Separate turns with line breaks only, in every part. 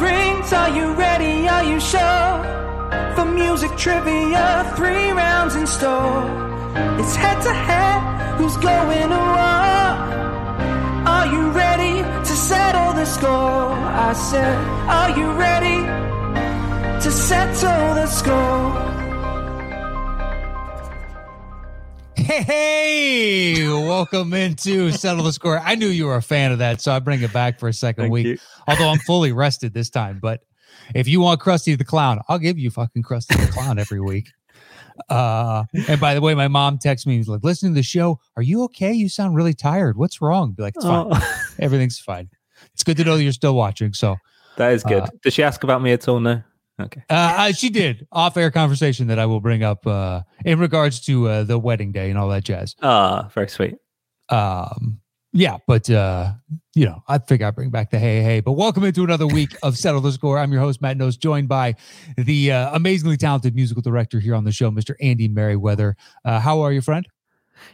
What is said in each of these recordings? minutes, are you ready? Are you sure? For music trivia, three rounds in store. It's head to head, who's going to war? Are you ready to settle the score? I said, Are you ready to settle the score?
Hey, welcome into Settle the Score. I knew you were a fan of that, so I bring it back for a second
Thank
week.
you.
Although I'm fully rested this time, but if you want Krusty the Clown, I'll give you fucking Krusty the Clown every week. Uh, and by the way, my mom texts me and like, listening to the show, are you okay? You sound really tired. What's wrong? Be like, it's fine.
Oh,
Everything's fine. It's good to know you're still watching. So uh,
that is good.
Uh,
Did she ask about me at all? No. Okay.
uh, she did off air conversation that I will bring up uh, in regards to uh, the wedding day and all that jazz.
Ah, very sweet.
um yeah but uh you know i think i bring back the hey hey but welcome into another week of settle the score i'm your host matt nose joined by the uh, amazingly talented musical director here on the show mr andy merriweather uh, how are you friend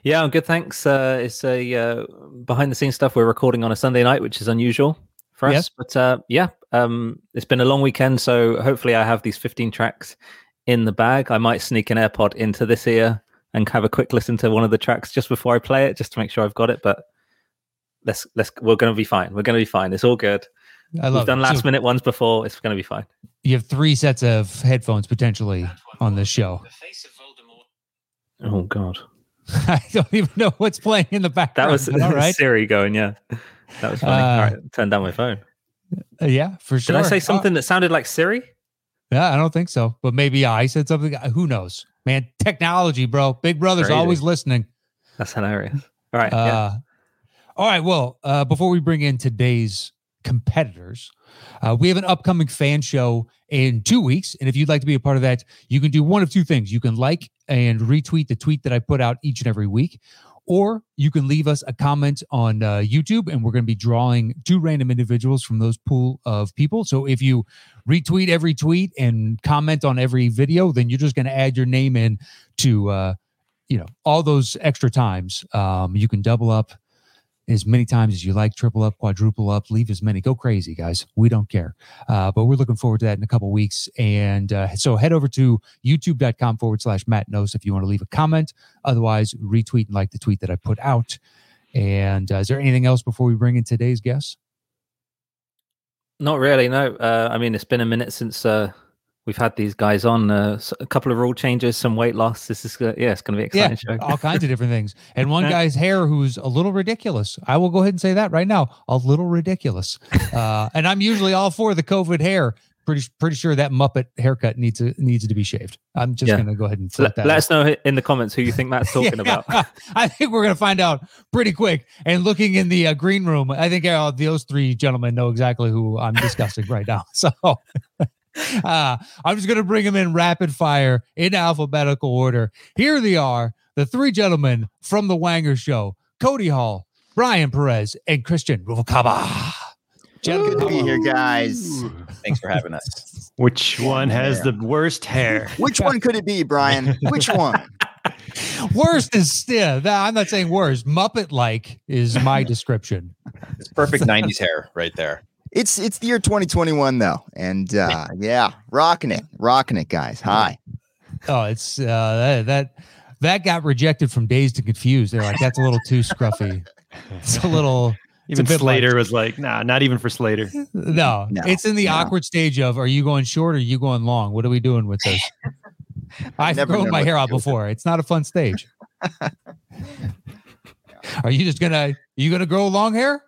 Yeah, I'm good. Thanks. Uh, it's a uh, behind the scenes stuff. We're recording on a Sunday night, which is unusual for us.
Yes.
But uh, yeah, um, it's been a long weekend, so hopefully I have these 15 tracks in the bag. I might sneak an AirPod into this ear and have a quick listen to one of the tracks just before I play it, just to make sure I've got it. But let's let's we're going to be fine. We're going to be fine. It's all good.
i love
We've done
it.
last
So
minute ones before. It's going to be fine.
you have three sets of headphones potentially on this show
Oh God,
i don't even know what's playing in the
that
background
was
but all right
Siri going. Yeah, that was funny. all
Uh,
right, turn down my phone.
Uh, yeah for
Did
sure
I say
Uh,
something that sounded like Siri?
yeah i don't think so but maybe i said something who knows man technology bro big brother's
Crazy.
always listening
That's hilarious. All right. yeah.
Uh, All right. Well, uh, before we bring in today's competitors, uh, we have an upcoming fan show in two weeks. And if you'd like to be a part of that, you can do one of two things. You can like and retweet the tweet that I put out each and every week, or you can leave us a comment on uh, YouTube. And we're going to be drawing two random individuals from those pool of people. So if you retweet every tweet and comment on every video, then you're just going to add your name in to, uh, you know, all those extra times. Um, you can double up as many times as you like, triple up, quadruple up, leave as many. Go crazy, guys. We don't care. Uh, but we're looking forward to that in a couple weeks. And uh, so head over to youtube.com forward slash Matt Knows if you want to leave a comment. Otherwise, retweet and like the tweet that I put out. And uh, is there anything else before we bring in today's guest?
Not really. No. Uh, I mean, it's been a minute since uh, we've had these guys on. Uh, s- a couple of rule changes, some weight loss. This is uh, yeah, it's going to be exciting. show.
All kinds of different things. And one guy's hair who's a little ridiculous. I will go ahead and say that right now. A little ridiculous. Uh, and I'm usually all for the COVID hair. Pretty pretty sure that Muppet haircut needs to needs to be shaved. I'm just
Yeah.
gonna go ahead and flip
Let,
that.
let
out.
us know in the comments who you think Matt's talking about.
I think we're going to find out pretty quick. And looking in the uh, green room, I think uh, those three gentlemen know exactly who I'm discussing right now. So uh, I'm just going to bring them in rapid fire in alphabetical order. Here they are, the three gentlemen from The Wanger Show Cody Hall, Brian Perez, and Christian Ruvalcaba.
Good to
Gentlemen,
be here, guys. Thanks for having us.
Which one has
Yeah.
the worst hair?
Which one could it be, Brian? Which one?
worst is still, nah, I'm not saying worst. Muppet like is my description.
It's perfect 90s hair right there.
It's it's the year 2021 though, and uh, yeah, rocking it, rocking it, guys. Hi.
Oh, it's uh, that, that that got rejected from Days to Confuse. They're like, that's a little too scruffy. It's a little
Even
bit like-
Slater was like, nah, not even for Slater.
no.
No,
it's in the
no.
awkward stage of are you going short or are you going long? What are we doing with this? I've
never
grown
know
my
what
hair
to
out
do with it.
before. It's not a fun stage. are you just gonna you gonna grow long hair?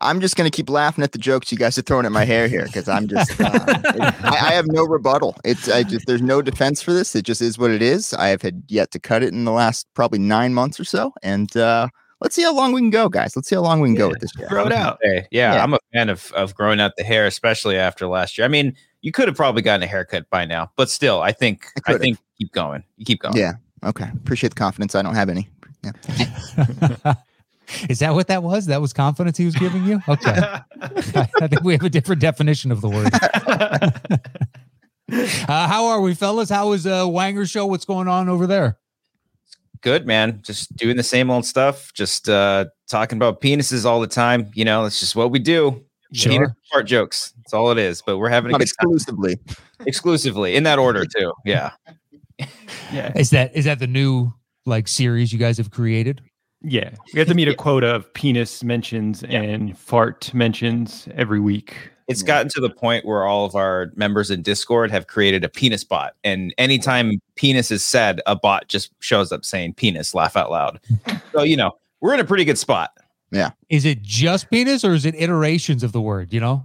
I'm just gonna keep laughing at the jokes you guys are throwing at my hair here because I'm just uh, it- I, I have no rebuttal. It's I just there's no defense for this. It just is what it is. I have had yet to cut it in the last probably nine months or so, and uh, let's see how long we can go, guys. Let's see how long we can go with this.
Grow it out.
Hey, yeah,
Yeah.
I'm a fan of, of growing out the hair, especially after last year. I mean, you could have probably gotten a haircut by now, but still, I think
I
I,
could've.
think keep going. You keep going.
Yeah. Okay. Appreciate the confidence. I don't have any.
Is that what that was? That was confidence he was giving you? Okay. I think we have a different definition of the word. Uh, how are we, fellas? How is uh, Wanger Show? What's going on over there?
Good man. Just doing the same old stuff. Just uh talking about penises all the time. You know, that's just what we do. Peanut
Sure.
fart jokes. That's all it is. But we're having a
Not
good time
exclusively.
exclusively in that order too. Yeah.
Yeah.
Is that is that the new like series you guys have created?
Yeah. We have to meet a quota of penis mentions
Yeah.
and fart mentions every week.
It's
Yeah.
gotten to the point where all of our members in Discord have created a penis bot. And anytime penis is said, a bot just shows up saying penis, laugh out loud. so, you know, we're in a pretty good spot.
Is it just penis or is it iterations of the word? You know.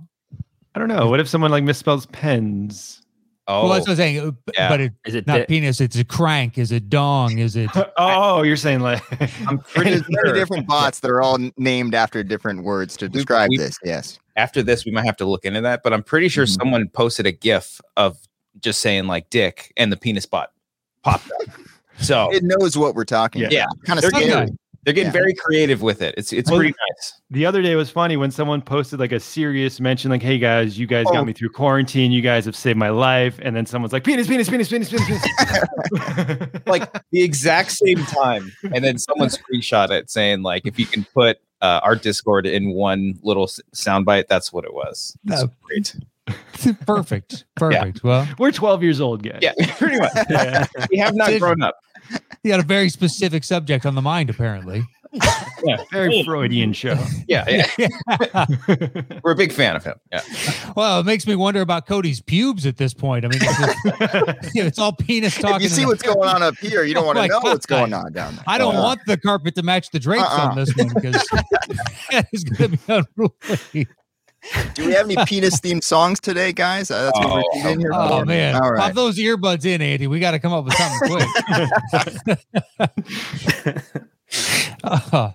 I don't know. What if someone like misspells pens?
Oh,
well, that's what I'm saying. uh, b-
yeah.
But it's
Is it
not
dick?
penis. It's a crank. Is it dong? Is it?
oh, you're saying like
I'm pretty
There's many
sure
different bots that are all n- named after different words to describe
we-
this. Yes.
after this, we might have to look into that. But I'm pretty sure
Mhm.
someone posted a GIF of just saying like dick and the penis bot popped up. So
Oh.
It knows what we're talking
Yeah.
Yeah.
Kind of
They're good.
scary.
they're getting
yeah.
very creative with it. It's it's
Well,
pretty nice.
the other day was funny when someone posted like a serious mention, like, "Hey guys, you guys
Oh.
got me through quarantine. You guys have saved my life." And then someone's like, "Penis, penis, penis, penis, penis." penis.
Like, the exact same time. And then someone screenshot it saying, like, if you can put uh, our Discord in one little s- soundbite, that's what it was. That's
No.
great.
perfect. Perfect. Well,
we're 12 years old, guys.
Yeah, pretty much.
Yeah.
We have not grown up.
you got a very specific subject on the mind, apparently.
Very Freudian show.
Yeah, yeah. We're a big fan of him. Yeah.
Well, it makes me wonder about Cody's pubes at this point. I mean, it's, just- yeah, it's all penis talking.
If you see
and-
what's going on up here, you don't
Oh
want to
my
know
God.
what's going on down there.
I don't
Uh,
want the carpet to match the drapes on
Uh-uh.
this one because that is going to be unruly.
Do we have any penis themed songs today, guys? Uh, that's what
Oh,
we're in here.
Oh
for.
man!
All right.
Pop those earbuds in, Andy. We got to come up with something quick. Uh,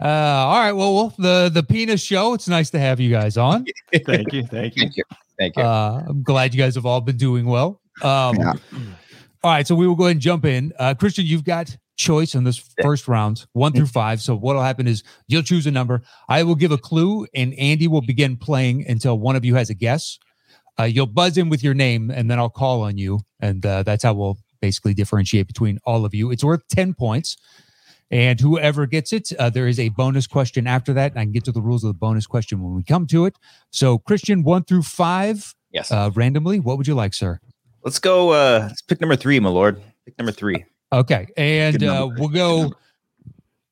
uh, all right. Well, Wolf, the the penis show. It's nice to have you guys on.
Thank you. Thank you.
Thank you. Thank you.
Uh, I'm glad you guys have all been doing well. Um,
Yeah.
All right, so we will go ahead and jump in. Uh, Christian, you've got choice in this first round, one through five. So what will happen is you'll choose a number. I will give a clue, and Andy will begin playing until one of you has a guess. Uh, you'll buzz in with your name, and then I'll call on you, and uh, that's how we'll basically differentiate between all of you. It's worth ten points. And whoever gets it, uh, there is a bonus question after that. And I can get to the rules of the bonus question when we come to it. So, Christian, one through five,
yes.
uh, randomly, what would you like, sir?
let's go. Uh, let's pick number three, my lord. Pick number three.
Okay. And
Good
uh,
number.
we'll go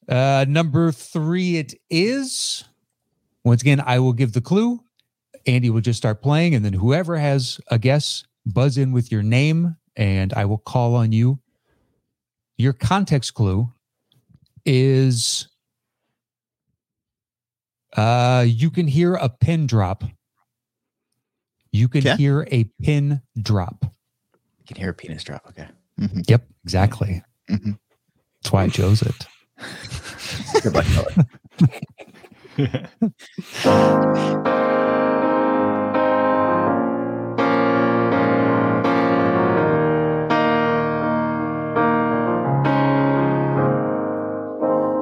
uh, number three. It is. Once again, I will give the clue. Andy will just start playing. And then whoever has a guess, buzz in with your name and I will call on you. Your context clue is uh, you can hear a pin drop. You can
Okay.
hear a pin drop.
You can hear a penis drop. Okay.
Mhm.
Yep, exactly.
Mhm.
That's why I chose it.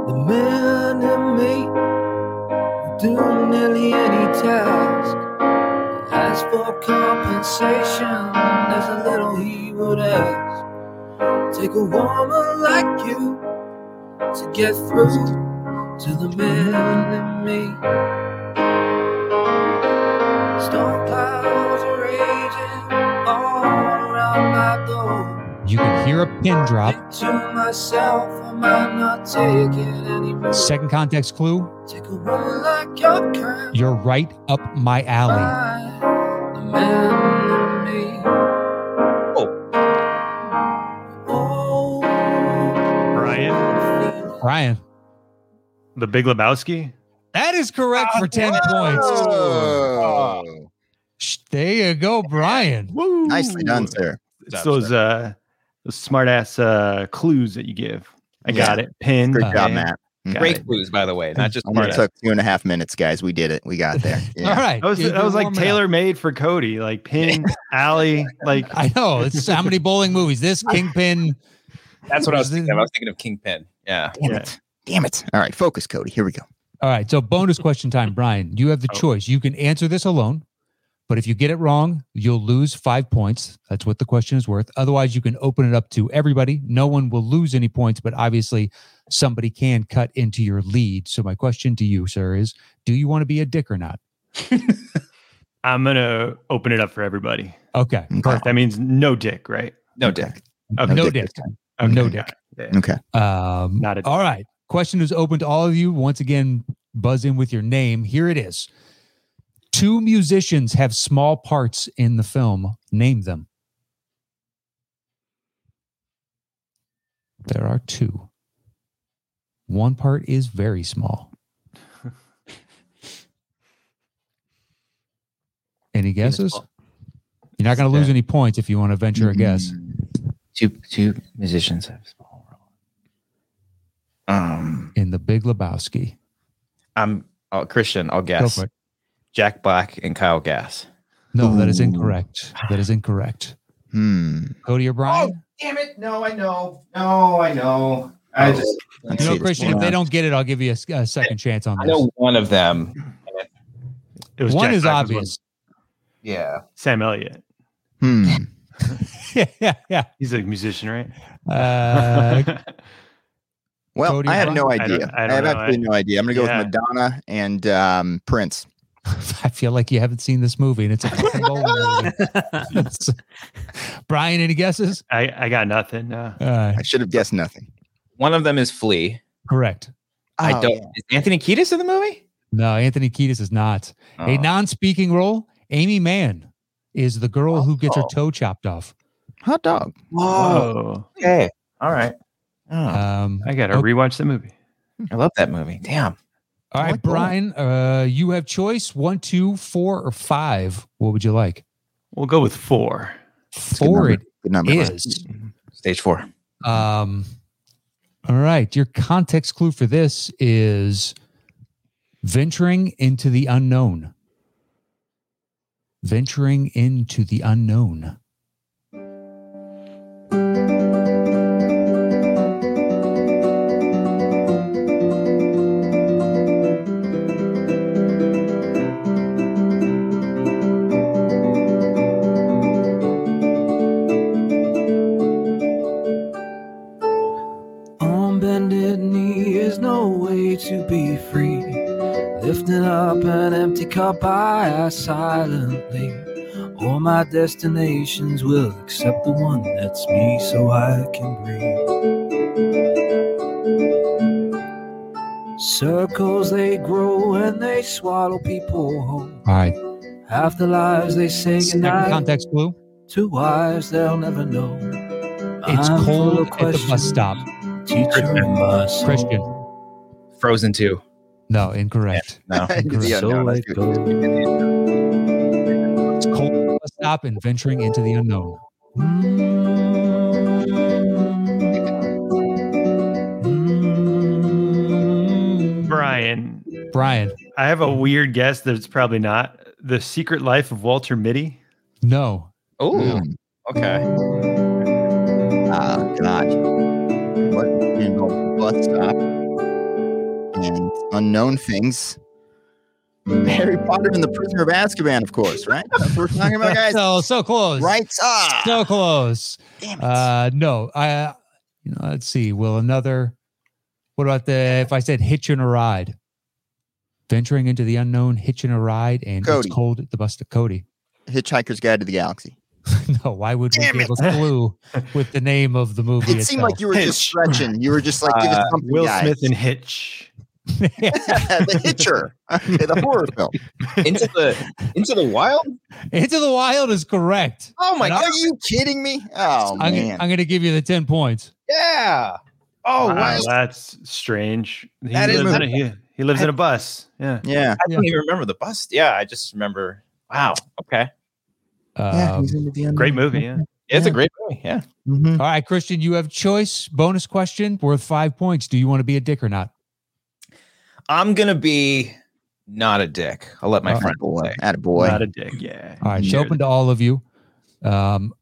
The man and me do nearly any task. As for compensation, there's a little he would ask. Take a woman like you to get through to the man and me. Storm clouds are raging all around my door.
You can hear a pin drop.
Think to myself, I might not take it anymore.
Second context clue,
Take a woman like your kind.
you're right up my alley.
find the man in me. Oh.
Brian,
Ryan,
the Big Lebowski.
that is correct for 10 points.
Whoa.
Sh- There you go, Brian.
Oh.
Woo.
Nicely done, sir.
It's those uh, those smart ass uh, clues that you give. I
Yeah.
got it. Pin.
Good
Uh,
job,
pin.
Matt.
Got
Great
it.
clues, by the way, not just
Only
smart ass.
took two and a half minutes, guys. We did it. We got there.
All
Yeah.
right.
That was
you're-
that was
you're
like
warming up.
tailor made for Cody. Like pin, alley, like
I know. It's how many bowling movies? This Kingpin.
That's what I was thinking. of. I was thinking of Kingpin. Yeah.
Damn
Yeah.
it. Damn it. All right. Focus, Cody. Here we go.
All right. So bonus question time, Brian. You have the
Oh.
choice. You can answer this alone, but if you get it wrong, you'll lose five points. That's what the question is worth. Otherwise, you can open it up to everybody. No one will lose any points, but obviously somebody can cut into your lead. So my question to you, sir, is do you want to be a dick or not?
I'm gonna open it up for everybody.
Okay.
Okay.
That means no dick, right?
No dick.
Okay.
No
this
dick.
time.
Okay.
No dick.
Okay.
Um,
Not a-
all right. Question is open to all of you. Once again, buzz in with your name. Here it is. Two musicians have small parts in the film. Name them. There are two. One part is very small. Any guesses?
ball.
You're not going to lose any points if you want to venture a guess.
Two two musicians have small roles.
Um,
In the Big Lebowski.
I'm oh, Christian. I'll
Go for
guess
it.
Jack Black and Kyle Gass.
No, that is
Ooh.
incorrect. That is incorrect.
Hmm.
Cody O'Brien.
Damn it! No, I know. No, I know. I just
Let's
you
see
know,
what's
Christian, if
going
they
on.
don't get it, I'll give you a, s- a second chance on
I
this.
know one of them.
It was
One
Jack
is
Black was one.
obvious.
Yeah.
Sam Elliott.
Hmm.
yeah, yeah, yeah.
He's a musician, right?
Uh,
Well,
Cody
I have no
Rhodes? I don't-
idea.
I
I, have
don't know.
absolutely no idea. I'm gonna go
Yeah.
with Madonna and um, Prince.
I feel like you haven't seen this movie, and it's a fucking bowling movie. It's- Brian, any guesses?
I, I got nothing. Uh,
Uh,
I should have guessed nothing.
One of them is Flea.
correct.
I
Oh,
don't.
yeah.
Is Anthony Kiedis in the movie?
No, Anthony Kiedis is not. A
Oh.
non-speaking role. Amy Mann is the girl who gets her
Oh.
toe chopped off.
Hot dog.
whoa!
Okay. All right. Oh,
Um,
I gotta
Oh.
rewatch the movie.
I love that movie. Damn.
all right,
like that.
Brian, uh, you have choice one, two, four, or five. What would you like?
We'll go with four.
good
Four
number.
it
Good number.
is.
Stage four.
Um, all right. Your context clue for this is venturing into the unknown. Venturing into the unknown.
On bended knee is no way to be free. Lifting up an empty cup, I ask silently. All my destinations will accept the one that's me, so I can breathe. Circles they grow and they swallow people whole.
All right.
Half the lives they say
Second
goodnight
context clue.
to wives they'll never know.
It's
I'm full of
cold at the bus
questions,
stop.
Teacher in my soul.
Christian.
Frozen two.
No, incorrect.
No.
The
So
unknown.
it goes.
It's cold at the bus stop and venturing into the unknown.
Mm.
Mm.
Brian,
Brian,
I have a weird guess that it's probably not the Secret Life of Walter Mitty.
no.
Oh.
Mm.
Okay.
Ah, God. What you know, bus stop and unknown things. Harry Potter and the Prisoner of Azkaban, of course, right? That's what we're talking about, guys.
so, so close.
Right? Ah,
So close.
damn it.
Uh, no, I. You know, let's see. Will another? What about the? If I said hitching a ride, venturing into the unknown, hitching a ride, and
Cody.
it's cold at the bus stop. Cody.
Hitchhiker's Guide to the Galaxy.
no, why would
Damn
we give a clue with the name of the movie?
It seemed like you were just
Hitch.
stretching. You were just like, give us something,
Will
guys.
Smith and Hitch.
the Hitcher, okay, the horror film.
Into the into the wild.
Into the Wild is correct.
Oh my
And
god!
I'm-
Are you kidding me? Oh
I'm,
man!
I'm going to give you the ten points.
Yeah. Oh
Wow,
wow.
that's strange. He
That is
lives, in a, he, he lives in a bus. Yeah.
yeah,
I don't even remember the bus. Yeah, I just remember. Wow. Okay.
Um,
Great movie. Yeah.
It's a great movie. Yeah.
all right, Christian, you have choice. Bonus question worth five points. Do you want to be a dick or not?
I'm gonna be not a dick. I'll let my friend
boy,
say.
at a boy.
Not a dick. Yeah.
All right, it's
Sure.
open to all of you. Um,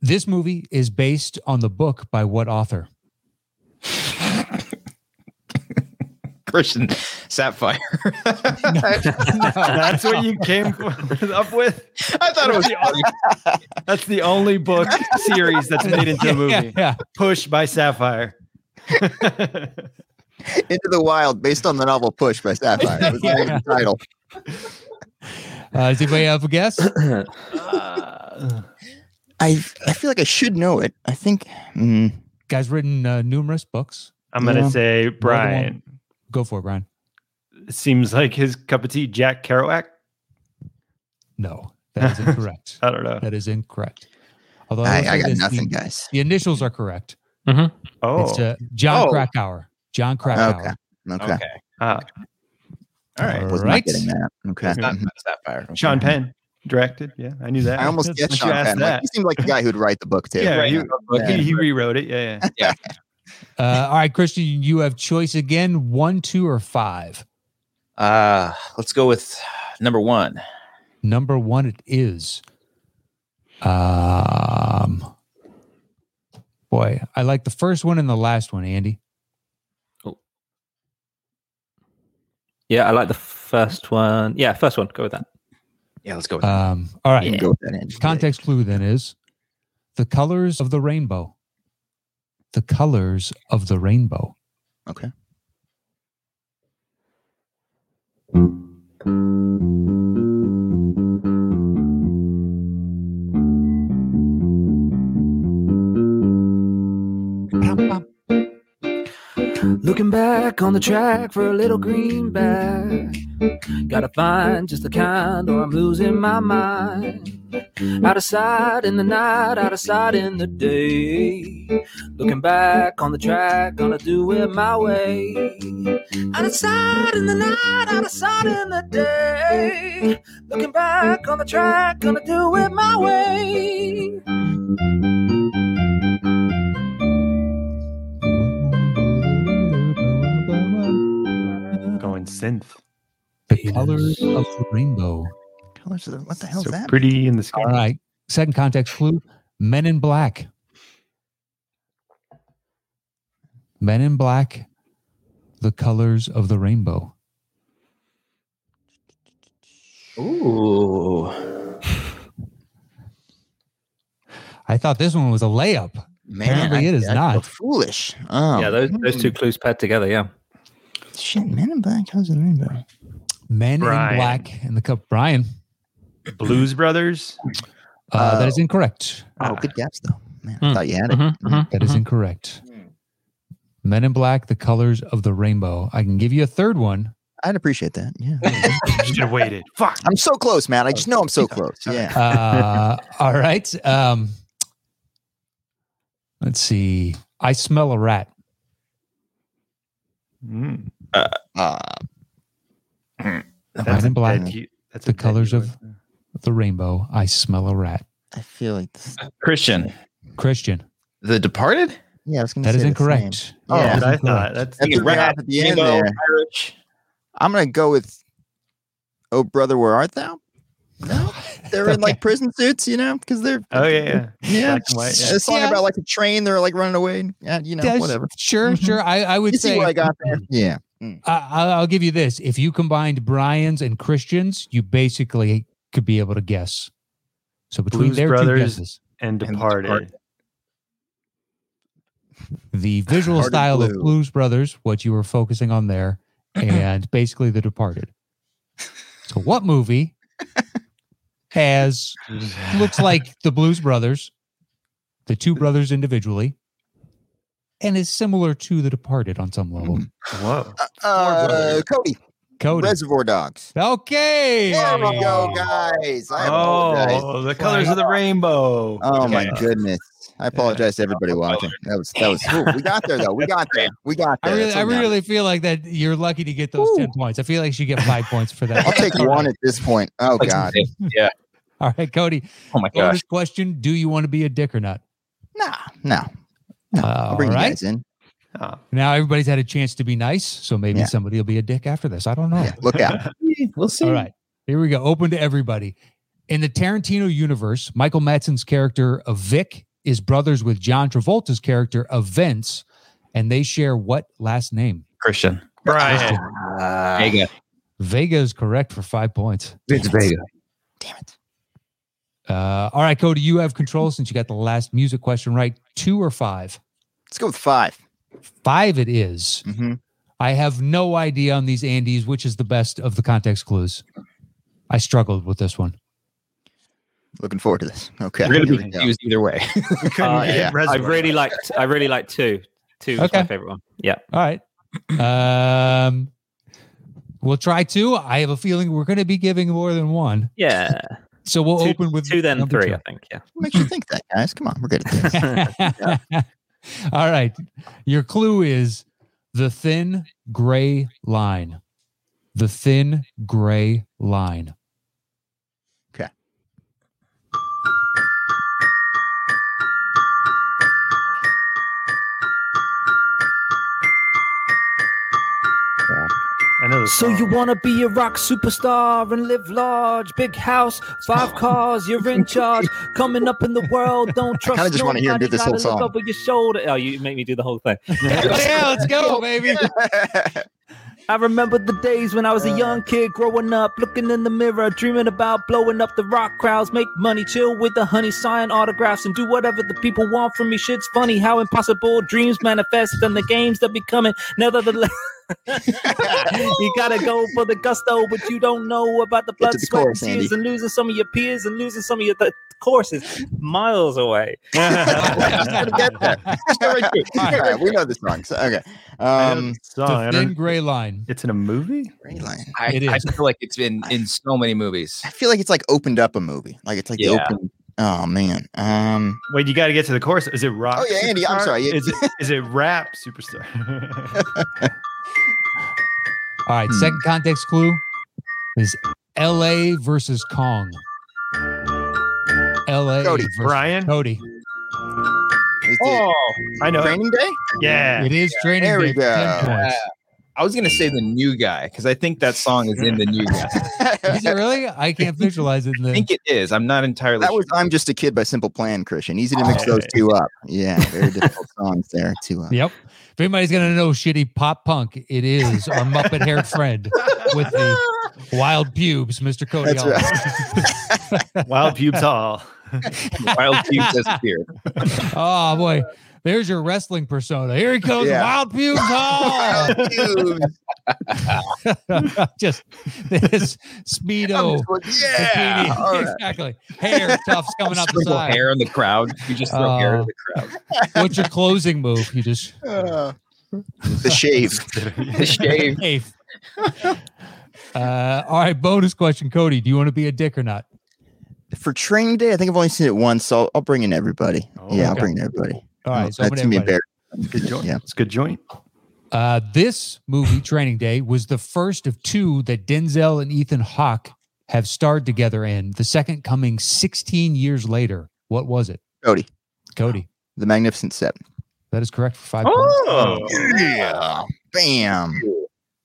this movie is based on the book by what author?
Christian Sapphire.
No.
That's what you came for, up with.
I thought it was.
the only- that's the only book series that's made into a
Yeah,
movie.
yeah.
Push by Sapphire.
Into the Wild, based on the novel Push by Sapphire. It was the main title.
Uh, does anybody have a guess?
I I feel like I should know it. I think. mm,
Guy's written uh, numerous books.
I'm gonna
Yeah.
say Brian.
Go for it, Brian.
It seems like his cup of tea, Jack Kerouac.
No, that is incorrect.
I don't know.
that is incorrect. Although
I,
will
I
say
got
this, the-
nothing, guys.
The initials are correct.
Oh,
It's uh, John
Oh.
Krakauer. John Krakauer.
Okay. Okay.
Okay.
uh,
All right.
Was not
Right.
getting that. Okay. Mm-hmm.
It's not, not Sapphire. Okay.
Sean Penn directed. Yeah, I knew that.
I almost
Since
guessed
you
Sean Penn.
asked
Like, he seemed like the guy who'd write the book too.
Yeah,
right.
he,
Yeah.
he- he rewrote it. Yeah, yeah.
Uh, all right, Christian, you have choice again: one, two, or five.
Uh, let's go with number one.
Number one, it is. Um, boy, I like the first one and the last one, Andy.
Yeah, I like the first one. Yeah, first one. Go with that.
Yeah, let's go with
Um, all right.
You can go with that in.
Context clue then is the colors of the rainbow. The colors of the rainbow.
Okay.
Looking back on the track for a little greenback. Gotta find just the kind, or I'm losing my mind. Out of sight in the night, out of sight in the day. Looking back on the track, gonna do it my way. Out of sight in the night, out of sight in the day. Looking back on the track, gonna do it my way.
Going synth.
The colors of the rainbow.
Colors of the, what the hell's
so
that?
pretty in the sky.
All right. Second context clue Men in Black. Men in Black, the colors of the rainbow.
Ooh.
I thought this one was a layup.
Man,
Apparently
I-
it is
I feel
not.
foolish. Oh,
yeah, those, those
Hmm.
two clues paired together. Yeah.
shit. Men in Black, Colors of the Rainbow.
Men
Brian.
in Black and the cup. Brian.
Blues Brothers.
Uh, that is incorrect.
Oh,
Ah.
good guess though. Man, I
Hmm.
thought you had it.
Mhm, mhm,
That is
mhm.
incorrect. Men in Black, the colors of the rainbow. I can give you a third one.
I'd appreciate that. Yeah.
Should have waited. Fuck.
I'm so close, Matt. I just know I'm so close. Yeah.
Uh, all right. Um, let's see. I smell a rat.
Mm.
Uh,
That's
Men
a
in Black.
dead heat. That's
The
a dead
colors
heat
of-
one.
the rainbow, I smell a rat.
I feel like this.
Uh, Christian,
Christian,
The Departed?
Yeah, I was gonna
that
say
is
the same.
incorrect.
Oh,
Yeah.
That
that's
is
what I thought.
incorrect.
That's
That's what we
Rat,
have at the end
Rainbow,
there.
Irish.
I'm gonna go with Oh Brother, Where Art Thou? No, they're in like prison suits, you know, because they're
oh yeah, yeah.
yeah.
Black and white, yeah.
A song
Yeah.
about like a train, they're like running away, and uh, you know,
Yeah,
whatever.
Sure,
Mhm.
sure. I, I would
You see
say
what I got there? Yeah,
I, I'll I'll give you this. If you combined Brian's and Christian's, you basically could be able to guess. So between
Blues
their two
Brothers.
guesses,
And
Departed.
Departed.
the visual
Heart of
style of
Blue.
Blues Brothers, what you were focusing on there, and basically The Departed. So what movie has looks like the Blues Brothers, the two brothers individually, and is similar to The Departed on some level.
Mm-hmm.
Whoa.
uh, Cody,
Cody.
Reservoir Dogs.
okay.
There we go, guys. I apologize.
Oh, the colors of the rainbow.
Oh my
Okay.
goodness. I apologize to everybody watching. That was that was ooh, we got there though. We got there. We got
I
there.
really,
That's
I
what matters.
really feel like that you're lucky to get those
Woo.
ten points. I feel like you should get five points for that.
I'll take
All
one
right.
at this point. Oh god.
Yeah.
All right, Cody.
Oh my gosh.
Bonus question: Do you want to be a dick or not?
Nah, no. No.
All
I'll bring
right.
you guys in.
Oh.
Now everybody's had a chance to be nice, so maybe
Yeah.
somebody will be a dick after this. I don't know.
Yeah, look out.
oh.
We'll see.
All right. Here we go. Open to everybody. In the Tarantino universe, Michael Madsen's character of Vic is brothers with John Travolta's character of Vince, and they share what last name?
Christian.
Brian.
Vega.
Vega is correct for five points.
Vince Vega.
Damn it.
Uh, all right, Cody, you have control since you got the last music question right. Two or five?
Let's go with 5
Five it is.
Mm-hmm.
I have no idea on these Andes which is the best of the context clues. I struggled with this one.
Looking forward to this. Okay.
We're going to
here
be
we go.
confused either way.
We couldn't
Uh,
get
yeah.
I
reservoir.
really liked. I really liked two. Two was
Okay.
my favorite one. Yeah.
All right. Um, we'll try two. I have a feeling we're going to be giving more than one.
Yeah.
So we'll
Two-
open with
two then
number
three.
two.
I think. Yeah.
What makes you think that, guys? Come on, we're good. At this.
All right. Your clue is the thin gray line. The thin gray line.
Okay.
I know this
So
song.
you wanna be a rock superstar and live large, big house, five cars, you're in charge. Coming up in the world, don't trust.
kinda just wanna hear him do
nobody,
this whole
gotta look
song.
Over your shoulder.
Oh, you make me do the whole thing.
yeah, let's go, baby.
I remember the days when I was a young kid growing up, looking in the mirror, dreaming about blowing up the rock crowds, make money, chill with the honey, sign autographs, and do whatever the people want from me. Shit's funny how impossible dreams manifest and the games that be coming. Nevertheless, you gotta go for the gusto, but you don't know about the blood,
to the
sweat, and
chorus, Andy.
tears, and losing some of your peers and losing some of your th- courses.
Miles away.
Get there. All right, we know this song. So, okay.
I know
Um,
this song. I
the thin
don't,
gray line.
it's in a movie.
Gray Line.
I,
It
I
is.
feel like it's been in so many movies.
I feel like it's like opened up a movie. Like it's like the
Yeah.
open. Oh man. Um.
Wait, you got to get to the chorus. Is it rock?
Oh, yeah, Andy, I'm
superstar?
sorry.
Is it is it rap superstar?
All right.
Hmm.
Second context clue is LA versus Kong. LA.
Cody,
versus
Brian?
Cody.
Is it
Oh,
I know. it.
Training Day?
Yeah.
It is training.
There we
Day for 10
go.
points.
uh, I was going to say the new guy because I think that song is in the new guy.
Is it really? I can't visualize it. In
I
the,
think it is. I'm not entirely
That
sure.
was I'm Just a Kid by Simple Plan, Christian. Easy to mix
Oh.
those two up. Yeah, very difficult songs there uh, too.
yep. If anybody's gonna know shitty pop punk, it is our Muppet haired friend with the wild pubes, Mr. Cody.
That's
Oliver.
Wild pubes hall.
Wild Cube disappeared.
oh boy. There's your wrestling persona. Here he comes,
Yeah.
wild pubes. Oh!
Dude,
Just this speedo.
I'm just like, yeah.
bikini.
all right.
exactly. Hair tufts coming out the
Sprinkle
side.
hair in the Oh. crowd. You just throw hair in the crowd.
What's your closing move? You just
Uh, the shave.
The shave.
safe. Uh, all right, bonus question, Cody. Do you want to be a dick or not?
For Training Day, I think I've only seen it once, so I'll, I'll bring in everybody.
Oh,
yeah, I'll
okay.
bring in everybody.
All right, so I'm
that's
gonna
gonna be
everybody.
embarrassing.
Good joint.
Yeah.
It's a good joint.
Uh, this movie, Training Day, was the first of two that Denzel and Ethan Hawke have starred together in. The second coming 16 years later. What was it,
Cody,
Cody?
the Magnificent Seven.
That is correct for five points.
Oh,
Yeah, bam.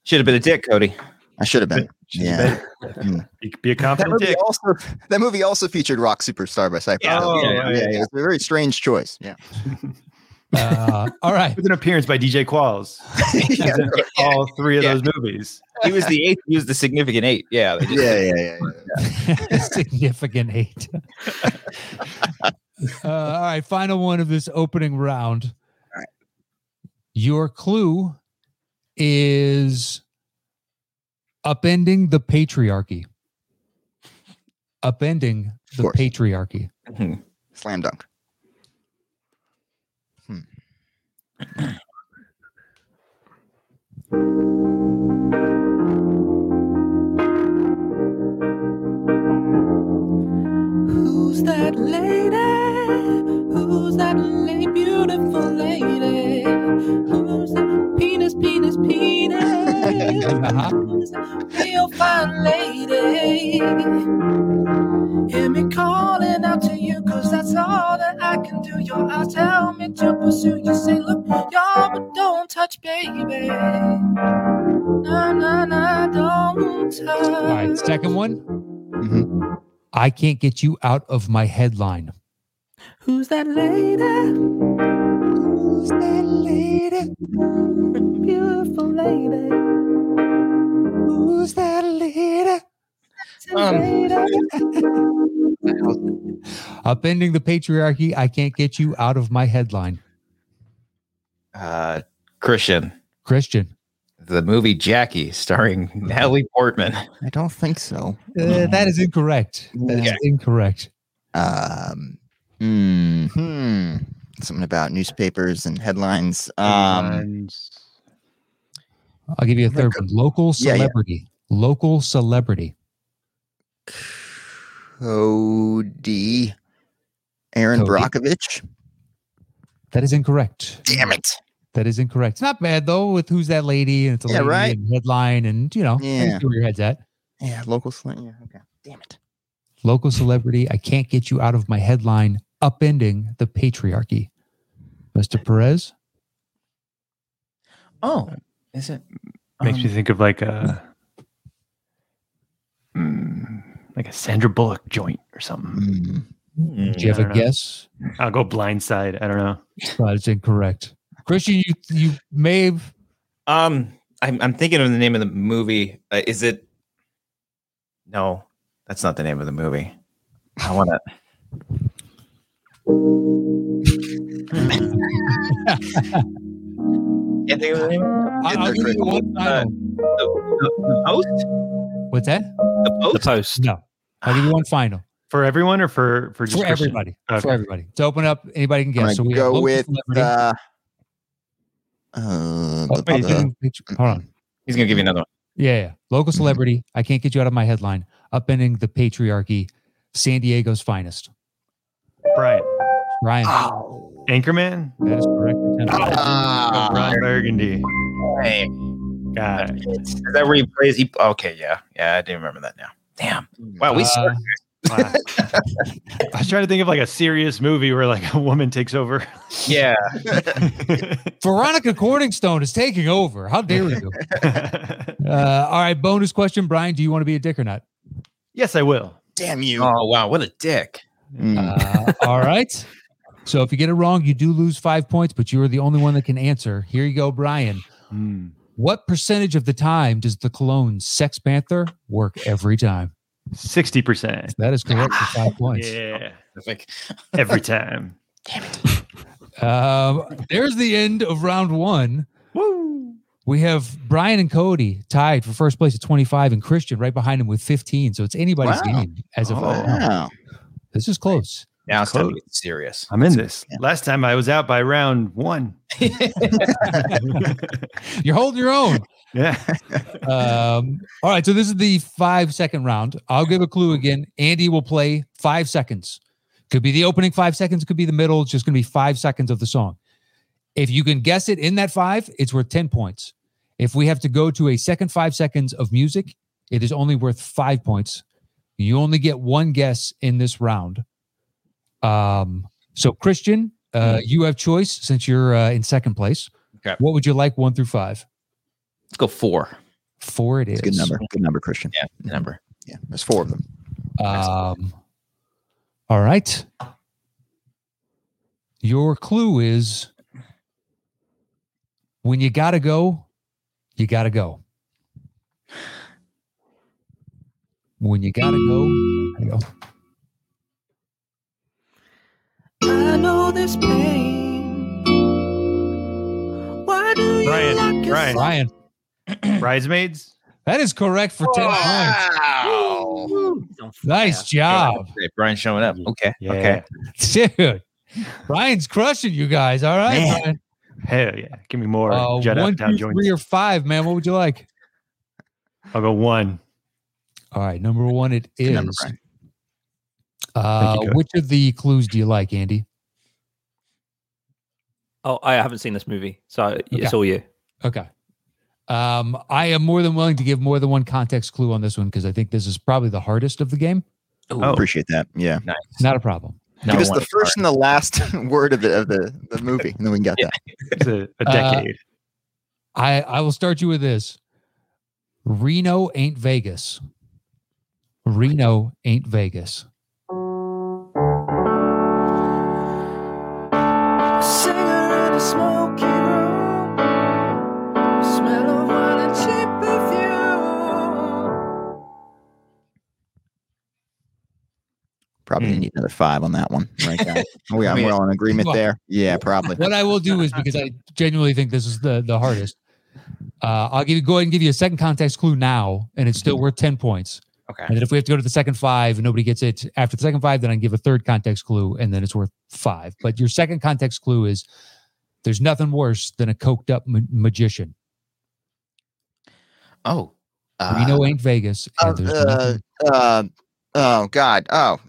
should have been a dick, Cody.
I should have been. Yeah, Hmm.
You could be a
that
confident
movie
dick.
also that movie also featured rock superstar by Cypress.
Yeah.
Hill.
Oh,
yeah,
yeah,
yeah, It's a very strange choice. Yeah,
Uh, all right,
With an appearance by DJ Qualls. He's
yeah,
in all three of
Yeah.
those movies.
He was the eighth. He was the significant eight. Yeah. they
yeah,
just-
yeah. yeah.
significant eight. uh, all right, final one of this opening round.
right.
Your clue is upending the patriarchy. Upending the
course.
patriarchy.
Slam dunk.
Who's that lady? Who's that lady? Beautiful lady. Who's that penis, penis, penis?
Uh-huh.
Who's that real fine lady? Hear me calling out to you, cause that's all that I can do. Your eyes tell me to pursue. You say, look, y'all, but don't touch, baby. Nah, nah, nah, don't touch.
All right, second one. I can't get you out of my headline.
Who's that lady? Who's that lady? Beautiful lady. Who's that lady?
Um,
Upending the patriarchy, I can't get you out of my headline.
Uh, Christian,
Christian,
the movie Jackie starring Natalie Portman.
I don't think so.
Uh, that is incorrect. That is
Okay.
incorrect.
Um, hmm, hmm. Something about newspapers and headlines. Um,
I'll give you a third one. Local
Yeah, yeah.
celebrity. Local celebrity.
Cody, Aaron
Cody.
Brockovich.
That is incorrect.
Damn it!
That is incorrect. It's not bad though. With who's that lady? And it's a
Yeah,
lady
right.
and headline, and you know, I
Yeah.
see where your head's at.
Yeah, local slang. Yeah, okay. Damn it.
Local celebrity. I can't get you out of my headline. Upending the patriarchy. Mr. Perez.
Oh, is it?
Makes me
um,
think of like a mm, like a Sandra Bullock joint or something.
Hmm.
Mm.
Do you have
I
a
don't know.
guess?
Hmm.
I'll go blindside. I don't know.
Uh, it's incorrect. Christian, you you may have
Um, I'm, I'm thinking of the name of the movie. Uh, is it? No, that's not the name of the movie. I want to. Can't think of the name.
I- I'll give you one final.
The, Uh, the, the post.
What's that?
The
The
post.
post.
No. I'll give you one final.
For everyone or for for just
For
Christian?
everybody. For
Okay.
everybody. To open up, anybody can
I'm
guess. So
gonna
we have
go
local
with
celebrity.
uh, uh,
Oh, wait,
the-
you didn't- hold on.
He's gonna give you another one.
Yeah, yeah. Local
Mm-hmm.
celebrity. I can't get you out of my headline. Upending the patriarchy. San Diego's finest.
Brian
Ryan.
oh,
Anchorman.
That is correct. for 10. Uh,
Oh,
ah,
Ron Burgundy.
Hey,
God.
is that where he plays? He okay, yeah, yeah. I do remember that now. Damn. Wow, we.
Uh,
Wow. I was trying to think of like a serious movie where like a woman takes over.
yeah.
Veronica Corningstone is taking over. How dare you? Uh, all right, bonus question, Brian. Do you want to be a dick or not?
yes, I will.
damn you.
Oh wow, what a dick.
Mm.
Uh, all right. So if you get it wrong, you do lose five points, but you are the only one that can answer. Here you go, Brian.
Hmm.
What percentage of the time does the cologne Sex Panther work every time?
60%.
That is correct for five points.
Yeah.
Like,
Every time.
Um, there's the end of round one.
Woo.
We have Brian and Cody tied for first place at 25, and Christian right behind him with 15. So it's anybody's
Wow.
game as
Oh,
of right now.
wow.
This is close.
now it's time to
Close.
get serious.
I'm in this.
Yeah.
Last time I was out by round one.
You're holding your own.
Yeah.
um, all right, so this is the five second round. I'll give a clue again. Andy will play five seconds. Could be the opening five seconds, could be the middle. It's just going to be five seconds of the song. If you can guess it in that five, it's worth 10 points. If we have to go to a second five seconds of music, it is only worth five points. You only get one guess in this round. Um, so, Christian,
Hmm.
uh, you have choice since you're uh, in second place.
Okay.
What would you like one through five?
Let's go four.
Four it
It's
is.
a good number. Good number, Christian.
Yeah, number.
Yeah, there's four of them.
Um, all right. Your clue is when you got to go, you got to go. When you got to go, you gotta go.
I know this pain. Why do you
Brian,
lock
Brian.
yourself
Ryan,
Bridesmaids.
that is correct for
Oh,
10 points. Nice job.
Okay, Brian's showing up. Okay. Okay.
Dude, Ryan's crushing you guys. All right.
Man.
Brian.
Hell yeah. Give me more.
Uh,
Jet
one,
Uptown
two,
joints.
three, or five, man. What would you like?
I'll go one.
All right. Number one, it
Good
is.
number, Brian.
Uh,
Thank you, Coach.
which of the clues do you like, Andy?
Oh, I haven't seen this movie, so it's all you.
Okay. Um, I am more than willing to give more than one context clue on this one because I think this is probably the hardest of the game.
Oh.
Appreciate that. Yeah.
Not a problem.
Give us
one
the
is
first and the last word of the, of the, the movie, and then we can get that.
It's a, a
Uh,
decade.
I, I will start you with this Reno ain't Vegas. Reno ain't Vegas.
A cigarette, a smoky room, the smell of wine and cheap perfume.
Probably
Hmm.
need another five on that one. Right guys? we, are
mean-
we're all in agreement
Well-
there. Yeah, probably.
What I will do is because I genuinely think this is the, the hardest. Uh, I'll give you go ahead and give you a second context clue now, and it's still worth ten points.
Okay.
And then if we have to go to the second five and nobody gets it after the second five, then I can give a third context clue, and then it's worth five. But your second context clue is there's nothing worse than a coked up ma- magician.
Oh. Uh,
We know ain't Vegas.
Uh,
and there's nothing-
uh, uh, oh God. Oh,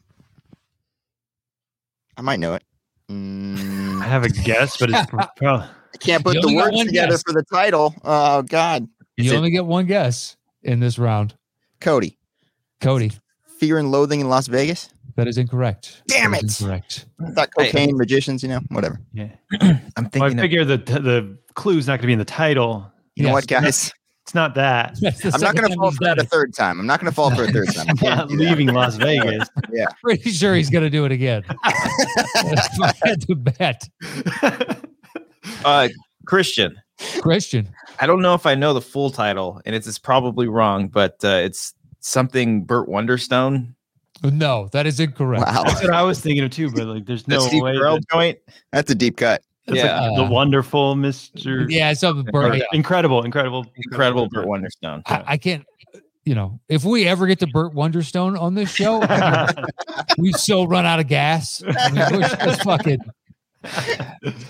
I might know it. Mm,
I have a guess, but it's probably.
I can't put
You
the
only got
words
one
together
guess.
for the title. Oh God. Is
you
it
only get one guess in this round,
Cody?
Cody.
Fear and Loathing in Las Vegas.
That is incorrect.
Damn
That is
it.
Incorrect.
I thought
Hey.
cocaine magicians. You know, whatever.
Yeah.
I'm
Well, I
thinking. of-
figure the the clue's not going to be in the title.
You know
Yes.
what, guys?
It's not that.
That's the
I'm not
second
going to
time
fall
he's
for that
done
a
it.
third time. I'm not going to fall for a third time. I
Not
can't do that.
leaving Las Vegas.
Pretty sure he's going to do it again. if I had to bet,
Uh, Christian,
Christian.
I don't know if I know the full title, and it's, it's probably wrong, but uh, it's something Burt Wonderstone.
No, that is incorrect.
Wow,
That's what I was thinking of too, but like, there's
The
no
Steve
way.
Carell
that-
joint.
that's a deep cut.
it's
Yeah.
like the wonderful Mr.
Yeah, something.
or
Bert,
Incredible, incredible,
Incredible Burt Wonderstone.
I, I can't. You know, if we ever get to Burt Wonderstone on this show, we so run out of gas. I mean, we're just fucking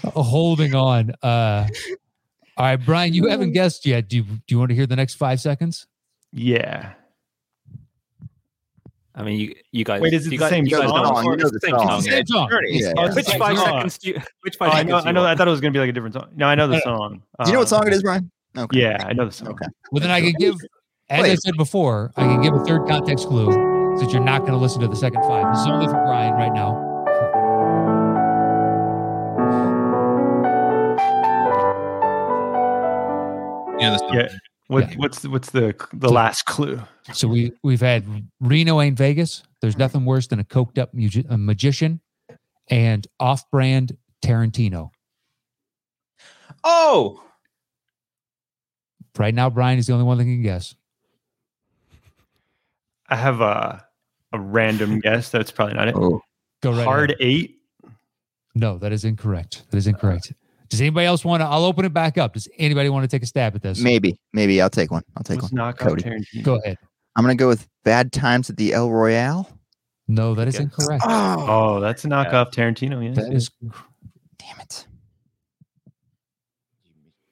holding on. Uh, all right, Brian, you haven't guessed yet. Do you, do you want to hear the next five seconds?
yeah.
I mean, you you guys.
Wait, is it
you
the
guys,
same
you guys
song?
know-
You know
it's
the
the same
song.
song.
Okay.
Same song.
Journey.
Yeah.
It's the
Which
same
five
song.
seconds do you? Which
Oh,
five
I
seconds?
know. I
do
know.
you
I
want?
thought it was going to be like a different song. No, I know the
Yeah.
song.
Do you know what
Um,
song it is, Brian? Okay.
Yeah, I know the song.
Okay.
Well, then I can give, as I
Wait.
said before, I can give a third context clue since you're not going to listen to the second five. This is only for Brian right now.
You know the song.
Yeah. What
Yeah.
what's the, what's the the last clue?
So we we've had Reno ain't Vegas. There's
Mm-hmm.
nothing worse than a coked up magi- a magician, and off-brand Tarantino.
Oh,
Right now, Brian is the only one that can guess.
I have a a random guess. That's probably not it.
Oh,
Go right.
Hard Uh-huh.
ahead.
eight.
No, that is incorrect. That is incorrect. Does anybody else want to? I'll open it back up. Does anybody want to take a stab at this?
maybe, maybe I'll take one. I'll take
Let's
one.
knock out
Cody.
Tarantino.
Go ahead.
I'm going to go with Bad Times at the El Royale.
No, that is
Yes.
incorrect.
Oh,
Oh, that's a knockoff Tarantino. Yes.
That is
damn it!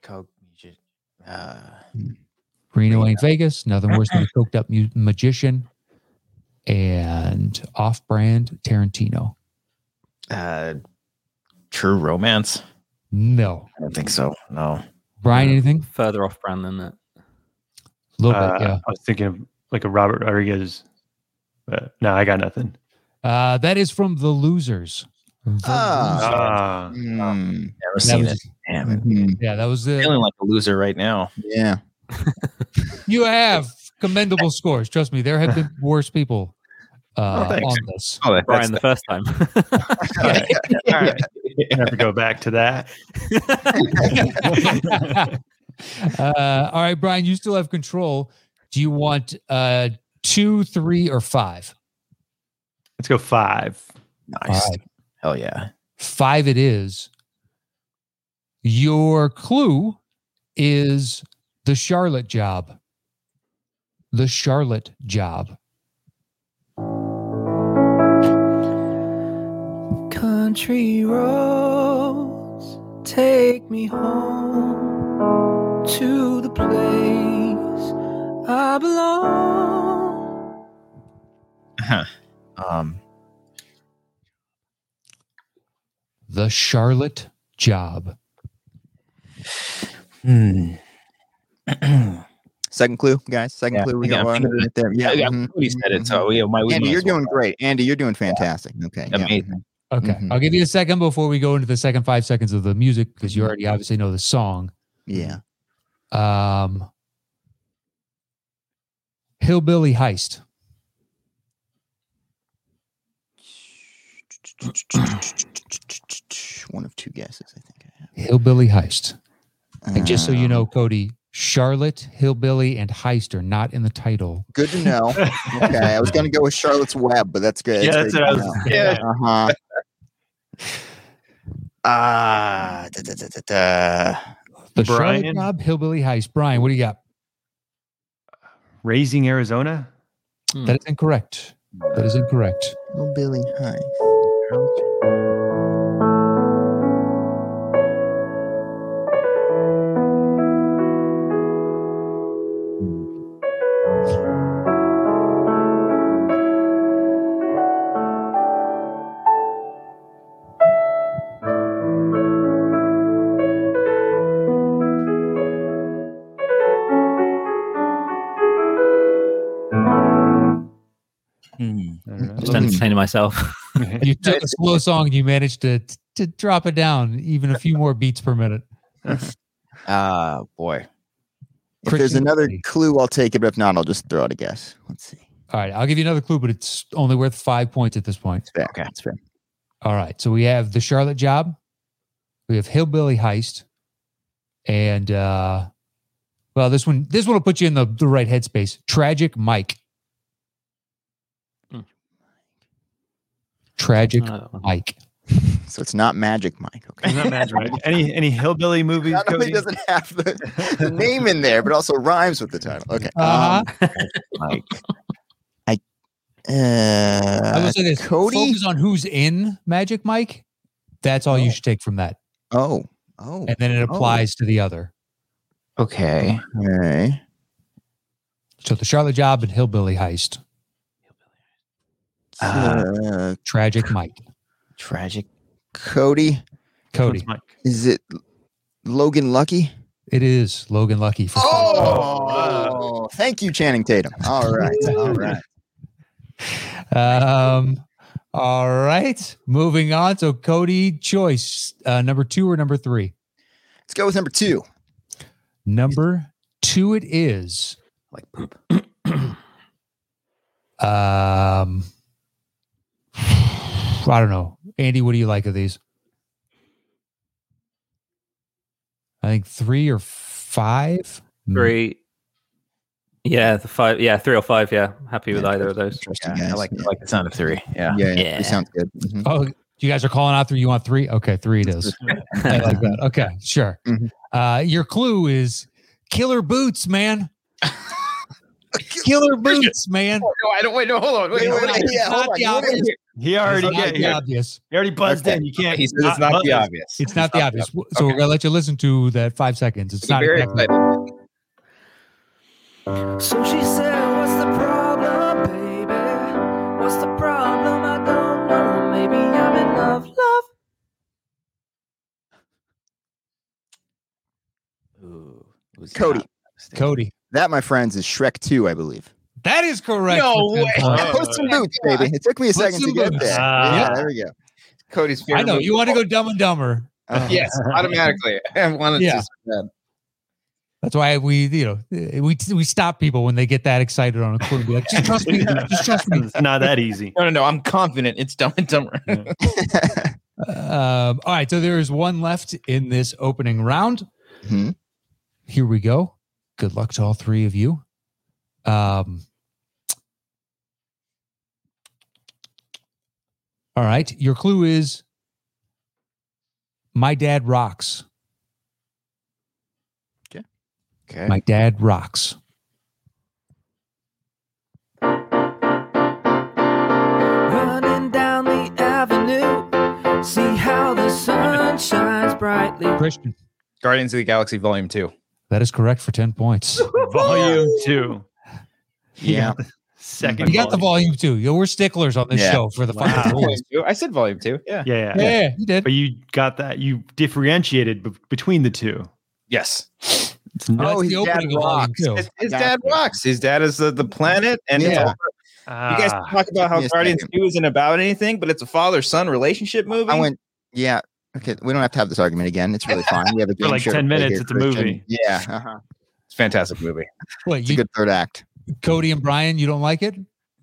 Coke, music, uh,
Reno ain't Vegas. Nothing worse than a coked up mu- magician and off brand Tarantino.
uh, True Romance.
No.
I don't think so. No.
Brian, anything?
Further off brand than that.
A little
Uh,
bit, yeah.
I was thinking of like a Robert Rodriguez, but no, I got nothing.
Uh, that is from The Losers. The
Ah.
Ah,
Mm,
Mm-hmm. Never
Losers. That
seen
was-
it. Damn it.
mhm,
yeah, that was the.
Feeling like a loser right now.
yeah.
You have commendable scores. Trust me, there have been worse people uh,
Oh, thanks.
on this.
Oh, that,
Brian, the first time.
all right. I have to go back to that.
uh, all right, Brian, you still have control. Do you want uh, two, three, or five?
Let's go five.
nice.
All right.
Hell yeah.
Five it is. Your clue is the Charlotte job. The Charlotte job.
Country roads take me home to the place I belong.
Um,
The Charlotte job.
hmm.
Second clue, guys. Second
Yeah,
clue. We
yeah,
got
I'm
one
thinking of
right there. Yeah.
yeah,
mhm,
Cody said it,
mhm.
so we, we
Andy,
might
you're
as well.
doing great. Andy, you're doing fantastic. Okay. yeah.
Amazing.
Okay.
Mhm.
I'll give you a second before we go into the second five seconds of the music because you
Mhm.
already obviously know the song.
Yeah.
Um, Hillbilly Heist.
One of two guesses, I think I have.
Hillbilly Heist. And just so you
Um,
know, Cody, Charlotte, Hillbilly, and Heist are not in the title.
Good to know. okay, I was going to go with Charlotte's Web, but that's good.
yeah, that's what I was.
Yeah.
Uh huh. Ah, da, da, da, da, da.
The Charlotte
Brian?
Rob Hillbilly Heist. Brian, what do you got?
Raising Arizona.
That is incorrect. That is incorrect.
Oh, Billy, hi.
Hmm.
I don't know.
Just entertaining myself.
You took a slow song and you managed to to drop it down even a few more beats per minute.
Ah, boy.
If there's another
Christian.
clue, I'll take it. But if not, I'll just throw out a guess. Let's see.
All right, I'll give you another clue, but it's only worth five points at this point.
It's fair.
Okay.
It's fair.
All right, so we have the Charlotte Job, we have Hillbilly Heist, and uh, well, this one this one will put you in the, the right headspace. Tragic Mike.
Hmm.
Tragic
Uh,
Mike.
So it's not Magic Mike. Okay.
It's not magic. Mike. Any any hillbilly movies?
Not only
Cody?
doesn't have the, the name in there, but also rhymes with the title. Okay.
Uh-huh.
Mike. I. Uh,
I will say this:
Cody.
focus on who's in Magic Mike. That's all you
Oh.
should take from that,
Oh. Oh.
and then it applies to the other.
Okay.
Okay.
So the Charlotte Job and Hillbilly Heist,
Uh,
Uh,
Tragic Mike,
Tragic.
Cody.
Cody.
It's Mike.
Is it Logan Lucky?
It is Logan Lucky for
Oh, thank you, Channing Tatum. All right. All right.
Um, all right, moving on. So Cody, choice uh, number two or number three?
Let's go with number two.
Number two, it is.
Like poop.
Um, I don't know, Andy. What do you like of these? I think three or five.
three. Yeah, the five. Yeah, three or five. Yeah, happy with
Yeah,
either of those.
Interesting,
Yeah, I
guys.
like, I like the sound of three. Yeah.
Yeah, yeah,
Yeah.
It sounds good. Mhm.
Oh, you guys are calling out three. You want three? Okay, three it is. I like that. Okay, sure.
Mhm.
Uh, your clue is killer boots, man. killer boots, man.
Oh, No, I don't wait. No, hold on.
Wait, wait, wait,
It's
yeah,
not
hold on.
the
You wanna
obvious.
He
It's
already
not
get
the
here.
obvious.
He already buzzed
Okay.
in. You can't.
He says it's not the obvious.
It's not the obvious. So we're gonna let you listen to that five seconds. It's
I'm
not
very
exactly-
excited.
So she said, What's the problem, baby? What's the problem? I don't know. Maybe I'm in love, love.
Ooh, it was
Cody.
not a mistake.
Cody.
That, my friends, is Shrek 2, I believe.
That is correct.
No
for 10
way.
points.
Oh,
Puss in Boots, baby. It took me a
Puss
second
in
to get
Boots.
there.
Ah.
yeah, there we go.
Cody's favorite
I know
movie.
you want to go dumb and dumber.
Uh,
Yes, automatically. I wanted
Yeah.
to. so
That's why we, you know, we we stop people when they get that excited on a clue. Be like, just trust me, just trust me.
It's not that easy.
bad. No, no, no. I'm confident. It's Dumb and Dumber.
Um, all right, so there is one left in this opening round.
Mhm.
Here we go. Good luck to all three of you. Um, all right, your clue is my dad rocks.
Okay.
My dad rocks.
Running down the avenue, see how the sun shines brightly.
Christian,
Guardians of the Galaxy Volume Two.
that is correct for 10 points.
Volume two.
Yeah.
Second.
You got the volume too. You know, we're sticklers on this
Yeah.
show for the
Wow.
final rules.
Two? I said Volume Two. Yeah.
Yeah, yeah.
Yeah, you did.
But you got that. You differentiated b- between the two.
Yes.
It's not,
Oh,
That's
his
the
dad
opening of volume
rocks.
two.
His, his
Gotcha.
dad rocks. His dad is the, the planet, and it's
Yeah.
all- you guys
Ah,
talk about
Give me
how
a
Guardians
second.
Two isn't about anything, but it's a father son relationship movie.
I went, yeah. Okay, we don't have to have this argument again. It's really fine. We have a game
like
show to
10
play
minutes,
here,
it's a
Christian.
movie.
Yeah, uh-huh.
It's a fantastic movie.
What,
it's a
you,
good third act.
Cody and Brian, you don't like it?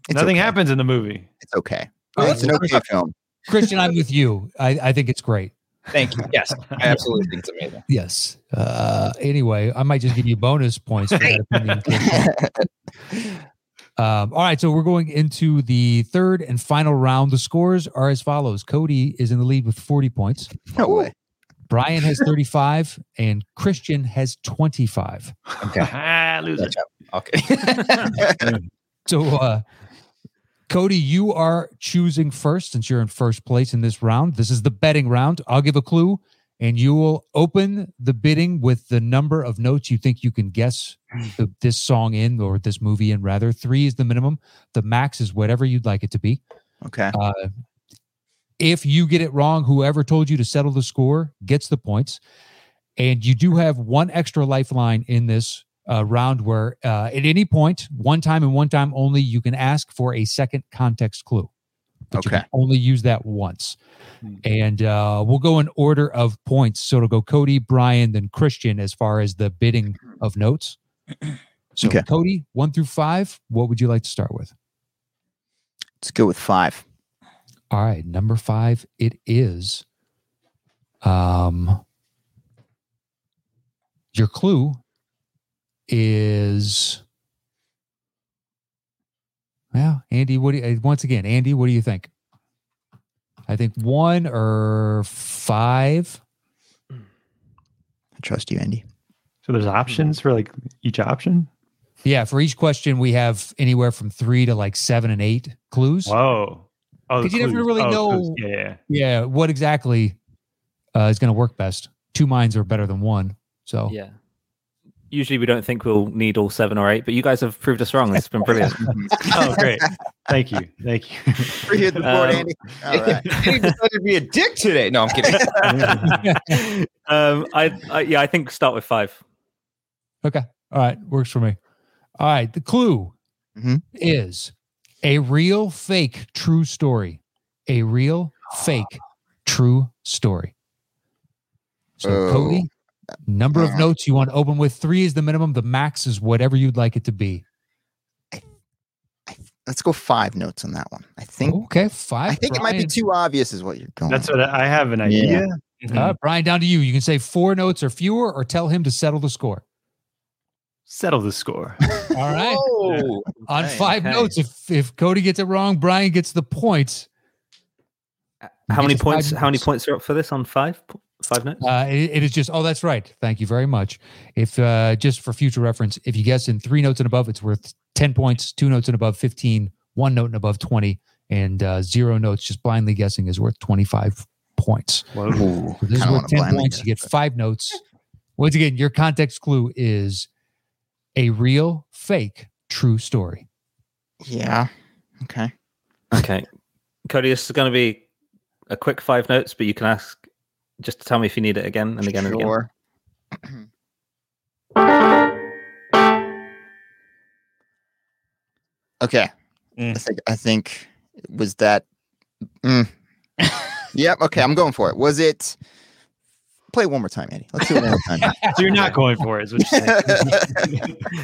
It's
nothing
okay.
happens in the movie.
It's okay.
All right,
it's an
well,
okay film.
Christian, I'm with you. I, I think it's great.
Thank you. Yes, I absolutely think it's amazing.
Yes. Uh, anyway, I might just give you bonus points for that opinion. um, all right, so we're going into the third and final round. The scores are as follows: Cody is in the lead with 40 points.
No way.
Brian has 35 and Christian has 25.
Okay.
ah, loser.
Okay.
So, uh, Cody, you are choosing first since you're in first place in this round. This is the betting round. I'll give a clue, and you will open the bidding with the number of notes you think you can guess th- this song in or this movie in, rather. Three is the minimum, the max is whatever you'd like it to be.
Okay.
Uh, if you get it wrong, whoever told you to settle the score gets the points. And you do have one extra lifeline in this uh, round where, uh, at any point, one time and one time only, you can ask for a second context clue. But you
Okay.
can only use that once.
Hmm.
And uh, we'll go in order of points. So it'll go Cody, Brian, then Christian as far as the bidding of notes. So,
Okay.
Cody, one through five, what would you like to start with?
Let's go with five.
All right, number five, it is. Um, your clue is. Well, Andy, what do you, uh, once again, Andy, what do you think? I think one or five.
I trust you, Andy.
So there's options
Mm-hmm.
for like each option.
Yeah, for each question, we have anywhere from three to like seven and eight clues.
Whoa. Oh, the
'Cause you never
clues.
really
Oh,
know-
clues. Yeah, yeah.
Yeah, what exactly uh, is going to work best? Two minds are better than one. So,
Yeah. Usually we don't think we'll need all seven or eight, but you guys have proved us wrong. It's been brilliant.
Oh, great. Thank you. Thank you. Uh,
We're here at the board,
Um,
Andy. All right.
he decided to be a dick today. No, I'm kidding.
um, I, I yeah, I think start with five.
All right, works for me. All right, the clue
Mhm.
is a real, fake, true story. A real, fake, true story. So,
Oh.
Cody, number of
Uh.
notes you want to open with three is the minimum. The max is whatever you'd like it to be.
Let's go five notes on that one. I think.
okay, Oh, five.
I think it might be
Brian.
too obvious, is what you're going.
That's what I, I have an idea.
Yeah.
Uh, Brian, down to you. You can say four notes or fewer, or tell him to settle the score.
Settle the score.
All right.
Oh,
On
okay,
five
okay.
notes, if if Cody gets it wrong, Brian gets the points.
How many
Just five
points? How many
minutes.
points are up for this on five? Five notes.
Uh, it, it is just, oh, that's right. Thank you very much. If uh, just for future reference, if you guess in three notes and above, it's worth 10 points, two notes and above, 15, one note and above, 20, and uh, zero notes, just blindly guessing is worth 25 points.
Whoa.
So this is worth
Kinda wanna
10
blindly
points. You
guess,
get five notes. Once again, your context clue is a real, fake, true story.
Yeah. Okay.
Okay, Cody, this is going to be a quick five notes, but you can ask just to tell me if you need it again and again and again.
sure. okay. I
Mm.
think I think was that. Mm. yep. Okay, I'm going for it. Was it? Play it one more time, Andy. Let's do it one more time.
So you're not going for it. Is what you're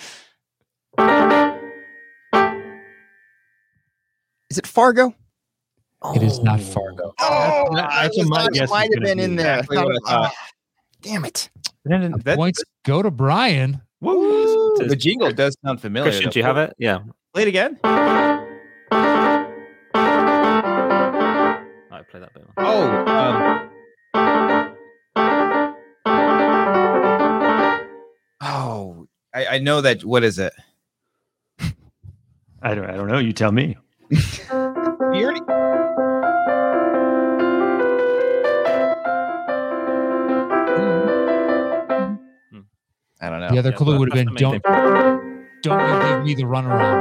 saying.
Is it Fargo?
It is not Fargo.
Oh,
that's
I
what my
was
guess
it
was
might have
gonna
been
be.
in there.
Exactly
thought
what
it-
I thought.
ah, damn it.
Oh.
That-
Points go to Brian.
Woo.
the jingle does sound familiar.
Christian,
though.
do you have it? Yeah.
Play it again.
I play that bit.
Oh, um, oh, I, I know that. What is it?
I don't. I don't know. You tell me.
You already- Hmm. I don't know.
Hmm. The other
Yeah,
clue
but
would have been
that's the main
don't don't you give me the runaround.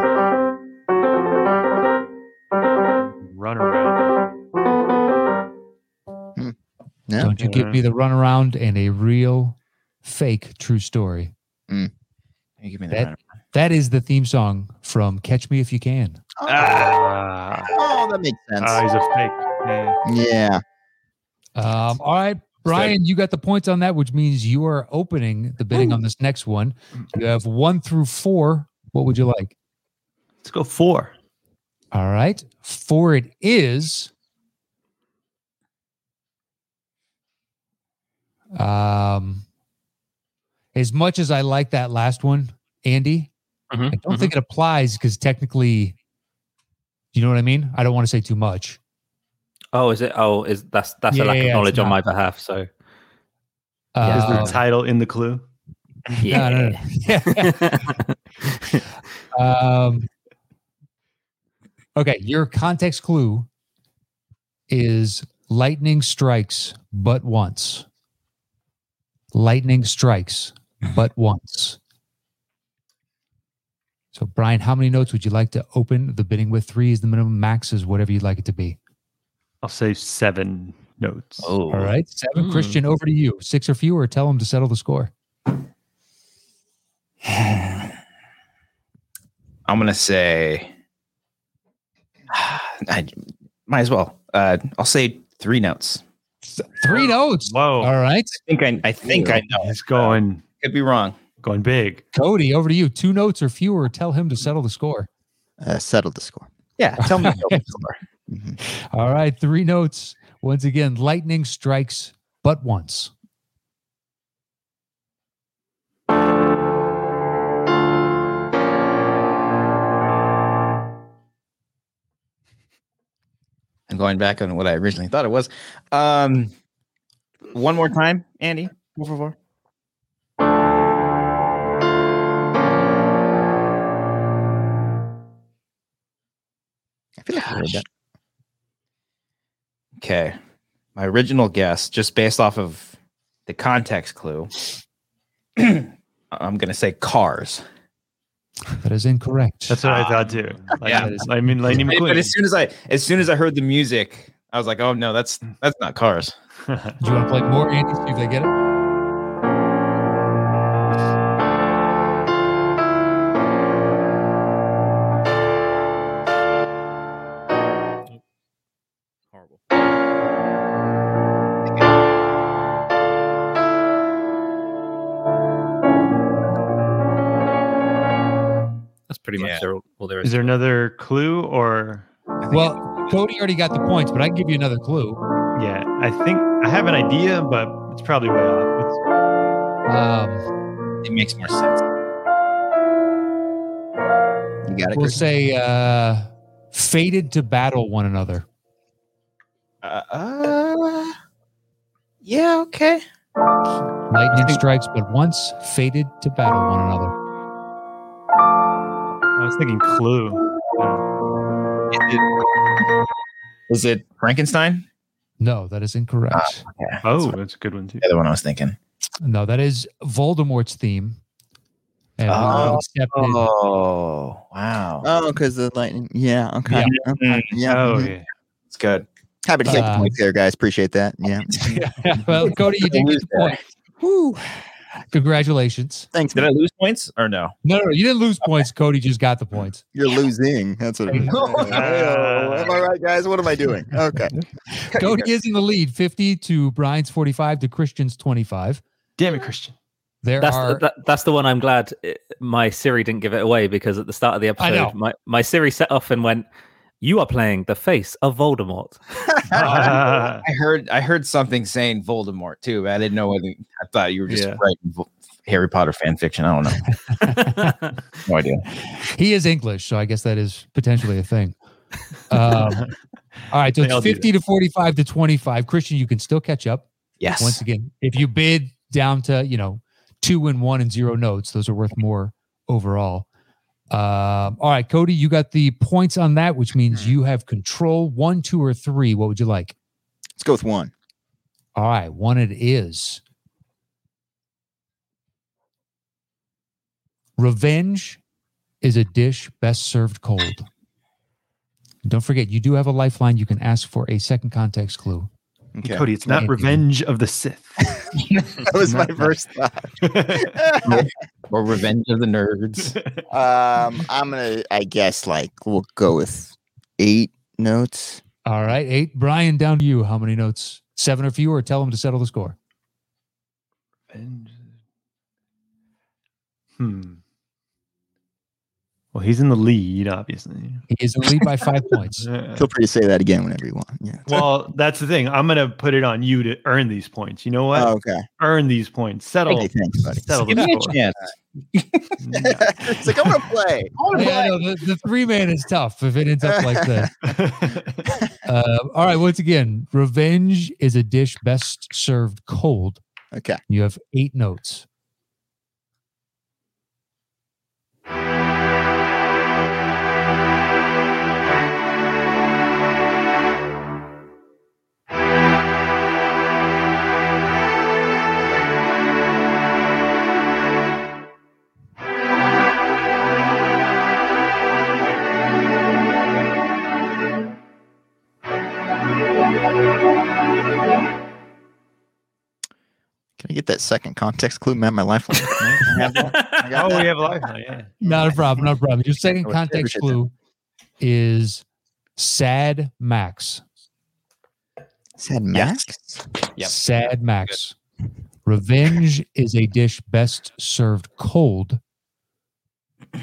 Run around.
Yeah.
Don't you give me the runaround and a real, fake, true story.
You give me
That- That is the theme song from Catch Me If You Can.
Oh,
Ah,
oh, that makes sense.
Ah, he's a fake. Yeah.
yeah.
Um, all right, Brian, you got the points on that, which means you are opening the bidding on this next one. You have one through four. What would you like?
Let's go four.
All right, four it is. Um, as much as I like that last one, Andy,
Mm-hmm.
I don't think it applies because technically, you know what I mean? I don't want to say too much.
Oh, is it? Oh, is that's that's
Yeah,
a lack
yeah,
of
it's
knowledge on
not.
my behalf. So
Is
Uh,
the title in the clue?
no, no, no. Yeah. um, okay, your context clue is lightning strikes but once. Lightning strikes but once. So, Brian, how many notes would you like to open the bidding with? Three is the minimum, max is whatever you'd like it to be.
I'll say seven notes.
oh,
All right, seven.
Hmm.
Mm.
Christian, over to you. Six or fewer, tell him to settle the score.
I'm gonna say. I might as well. Uh, I'll say three notes.
Three notes.
Whoa.
All right.
I think I. I think I know.
He's going
Could be wrong.
going big.
Cody, over to you. Two notes or fewer. Tell him to settle the score.
Uh, settle the score. Mm-hmm.
Yeah, tell me. the score.
All right. Three notes. Once again, lightning strikes but once.
I'm going back on what I originally thought it was. Um, one more time, Andy. Four for four.
I feel like I heard
Gosh.
that.
Okay. My original guess, just based off of the context clue, I'm gonna say cars.
That is incorrect.
That's what I thought too. Like,
Yeah.
I mean, Lightning
But- But
McQueen.
as soon as I as soon as I heard the music, I was like, oh no, that's that's not cars.
Do you want to play more, Andy? See if they get it?
horrible. That's pretty much
Yeah.
there, all there
Is
is.
there another clue or?
Well, Cody already got the points, but I can give you another clue.
Yeah, I think I have an idea, but it's probably way off. It's-
Um,
It makes more sense.
You got it.
we'll
Chris?
say uh, fated to battle one another.
Uh, uh, yeah, okay.
Lightning strikes but once, fated to battle one another.
I was thinking clue.
Is it Frankenstein?
No, that is incorrect.
Yeah.
Oh, that's a good one too.
the other one I was thinking.
No, that is Voldemort's theme. And we would have
Oh.
accepted-
Oh wow.
Oh, because the lightning. Yeah. Okay. okay, Yeah.
Oh,
mhm.
yeah.
It's good.
Happy to take
Uh,
the point there, guys. Appreciate that. Yeah.
well, Cody, you did get the
Lose
point. Woo. Congratulations.
Thanks.
Did I lose points or no?
No, no, you didn't lose points. Cody just got the points.
You're losing. That's what it is. oh,
know.
Am I right, guys? What am I doing? Okay.
Cody is in the lead 50 to Brian's 45 to Christian's 25.
Damn it, Christian.
There
That's
are.
the, that, that's the one I'm glad uh my Siri didn't give it away because at the start of the
I know.
episode, my, my Siri set off and went, "You are playing the face of Voldemort."
Ah,
I heard I heard something saying Voldemort too. but I didn't know what it- I thought you were just
Yeah.
writing Vo- Harry Potter fan fiction. I don't know. No idea.
he is English, so I guess that is potentially a thing. Um, all right, so
They
it's
all do
50 to 45 to 25. Christian, you can still catch up.
Yes.
Once again, if you bid down to, you know, two and one and zero notes, those are worth more overall. Um, all right, Cody, you got the points on that, which means you have control one, two, or three. What would you like?
Let's go with one.
All right, one it is. Revenge is a dish best served cold. Don't forget, you do have a lifeline. You can ask for a second context clue.
Okay.
Cody, it's not
Yeah.
Revenge of the Sith.
That was my first thought.
or Revenge of the Nerds.
Um, I'm gonna. I guess like we'll go with eight notes.
All right, eight. Brian, down to you. How many notes? Seven or fewer. Tell him to settle the score.
hmm. Well, he's in the lead, obviously.
He is in the lead by five points.
Feel free to say that again whenever you want. Yeah.
well, that's the thing. I'm gonna put it on you to earn these points. You know what?
Oh, okay.
earn these points. Settle.
Okay. Thanks, buddy.
Settle
Give
the
me a
score.
chance.
it's like I'm gonna play.
Yeah, I know, the, the three man is tough if it ends up like this. Uh, all right. Once again, revenge is a dish best served cold.
Okay.
You have eight notes.
Can I get that second context clue? Man, my lifeline. I have that. I got
Oh,
that.
we have a life. Yeah.
Not a problem. Not a problem. Your second
I
context
appreciate that.
clue is Sad Max.
Said Max.
Yep.
Sad Max. Revenge is a dish best served cold.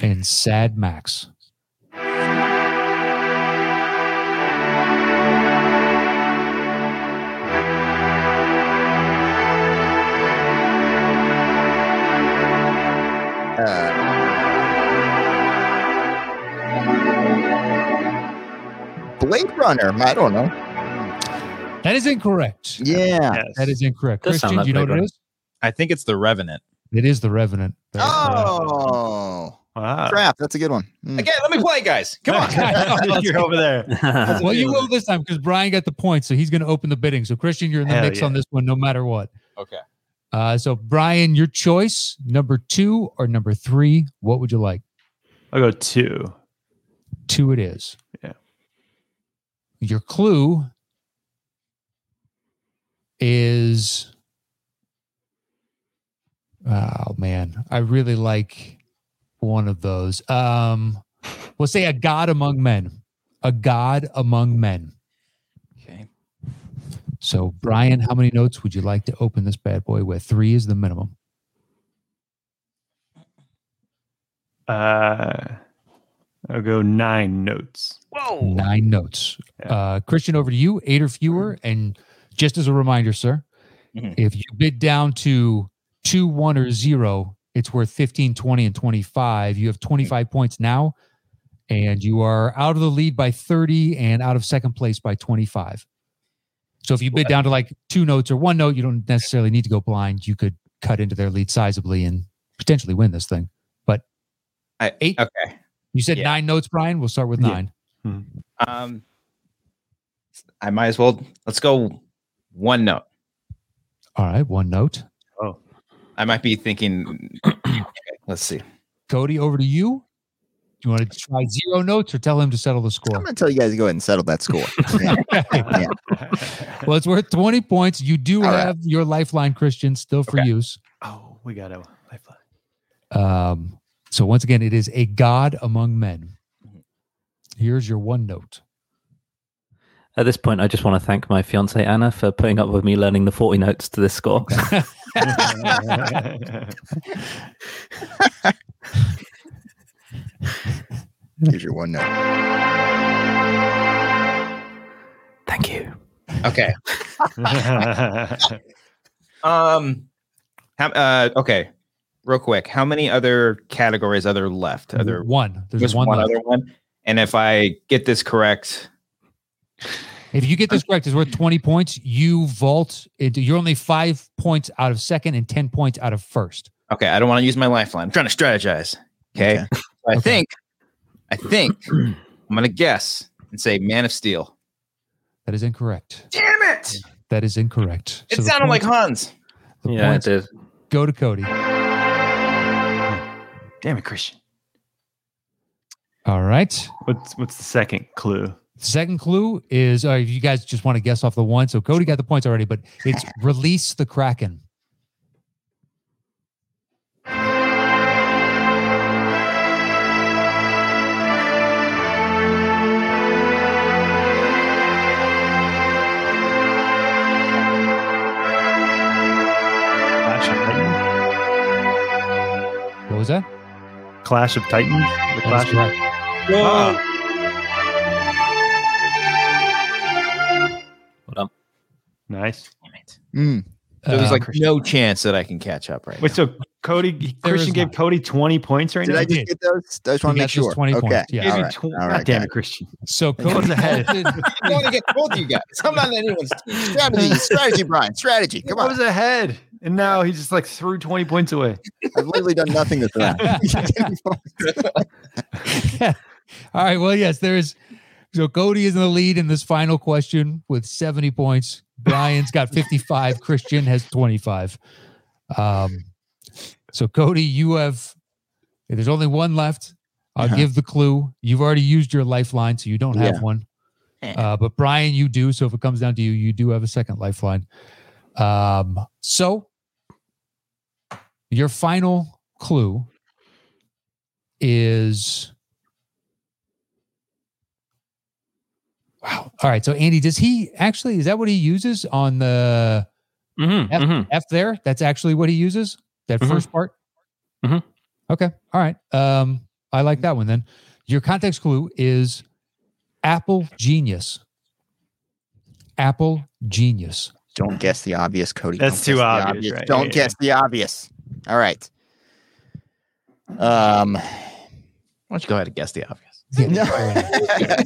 And Sad Max.
Uh, Blade Runner. I don't know.
That is incorrect.
Yeah.
Yes.
That is incorrect.
Does
Christian,
sound like
do you know
Blade
what it is?
I think it's the Revenant.
It is The Revenant. That's, uh,
Oh,
Wow.
crap. That's a good one. Mm.
Again, let me play, guys. Come on.
on.
You're over there.
well, you will this time because Brian got the point, so he's going to open the bidding. So Christian, you're in the
Hell
mix on
yeah.
this one, no matter what.
Okay.
Uh, so Brian, your choice, number two or number three? What would you like?
I'll go two.
Two, it is.
Yeah.
Your clue is. Oh man, I really like one of those. Um, we'll say a god among men. A god among men.
Okay.
So, Brian, how many notes would you like to open this bad boy with? Three is the minimum.
Uh, I'll go nine notes.
Nine notes.
Yeah.
Uh, Christian, over to you. Eight or fewer.
Mm-hmm.
And just as a reminder, sir,
Mhm.
if you bid down to two, one, or zero, it's worth 15, 20, and 25. You have 25 points now, and you are out of the lead by 30 and out of second place by 25. So, if you bid down to like two notes or one note, you don't necessarily need to go blind. You could cut into their lead sizably and potentially win this thing.
I,
Eight.
Okay.
You said
Yeah.
nine notes, Brian. We'll start with
Yeah.
nine.
Um, I might as well. Let's go one note.
All right, one note.
I might be thinking. let's see.
Cody, over to you. Do you want to try zero notes or tell him to settle the
I'm
score?
going to tell you guys to go ahead and settle that score. Yeah.
Well, it's worth 20 points. You do
All right.
have your lifeline, Christian, still for
Okay.
use.
oh, we got a lifeline.
Um, so, once again, it is a god among men.
Mm-hmm.
Here's your one note.
At this point, I just want to thank my fiance Anna for putting up with me learning the 40 notes to this score.
Here's your one note.
Thank you.
Okay. Um. How, uh. Okay. Real quick. How many other categories are there left? Are there
one. There's
just
one,
one
left.
other one? And if I get this correct,
If you get this correct, it's worth 20 points. You vault into, you're only five points out of second and 10 points out of first.
okay. I don't want to use my lifeline. I'm trying to strategize. Okay.
Okay.
I
Okay.
think. I think. I'm gonna guess and say Man of Steel.
That is incorrect.
Damn it!
That is incorrect.
It
So the
sounded like
points-
Hans.
the
yeah,
points
I did.
go to Cody.
Damn it, Christian.
All right.
What's what's the second clue?
Second clue is uh, if you guys just want to guess off the one. So Cody got the points already, but it's release the Kraken.
Clash of Titans.
What was that?
Clash of Titans. The
That
Clash
is
of
correct. Oh.
Ah, nice.
Damn it.
Mm.
So there's
Um,
Hmm.
Uh,
like no chance that I can catch up right
Wait, so
There
Cody Christian
is
gave
not.
Cody 20 points right
Did
now.
I
did.
just get those? I just want
He
to make
gets his
sure.
20
okay.
points, yeah.
Gave
All
you
right.
20
All right.
Damn
got
it, Christian.
So Cody
What's ahead?
opted-
I want to get told you guys. I'm not anyone's
it. Strategy, strategy, Brian. Strategy.
He
Come on.
was ahead. And now he just like threw 20 points away.
I've literally done nothing this round.
All right. Well, yes, there is. So Cody is in the lead in this final question with 70 points. Brian's got 55. Christian has 25. Um, so Cody, you have. There's only one left. I'll
Uh-huh.
give the clue. You've already used your lifeline, so you don't have
Yeah.
one.
Eh.
Uh, but Brian, you do. So if it comes down to you, you do have a second lifeline. Um, so your final clue is wow. All right. So Andy, does he actually is that what he uses on the
Mm-hmm,
F, F there? That's actually what he uses? That
Mhm.
first part?
Mhm.
Okay. All right. Um, I like that one then. Your context clue is Apple Genius. Apple Genius.
Don't guess the obvious, Cody.
That's
Don't guess
too
the
obvious, right?
Don't
Yeah,
guess the obvious. All right. Um.
Why don't you go ahead and guess the obvious?
Yeah,
No.
fair enough.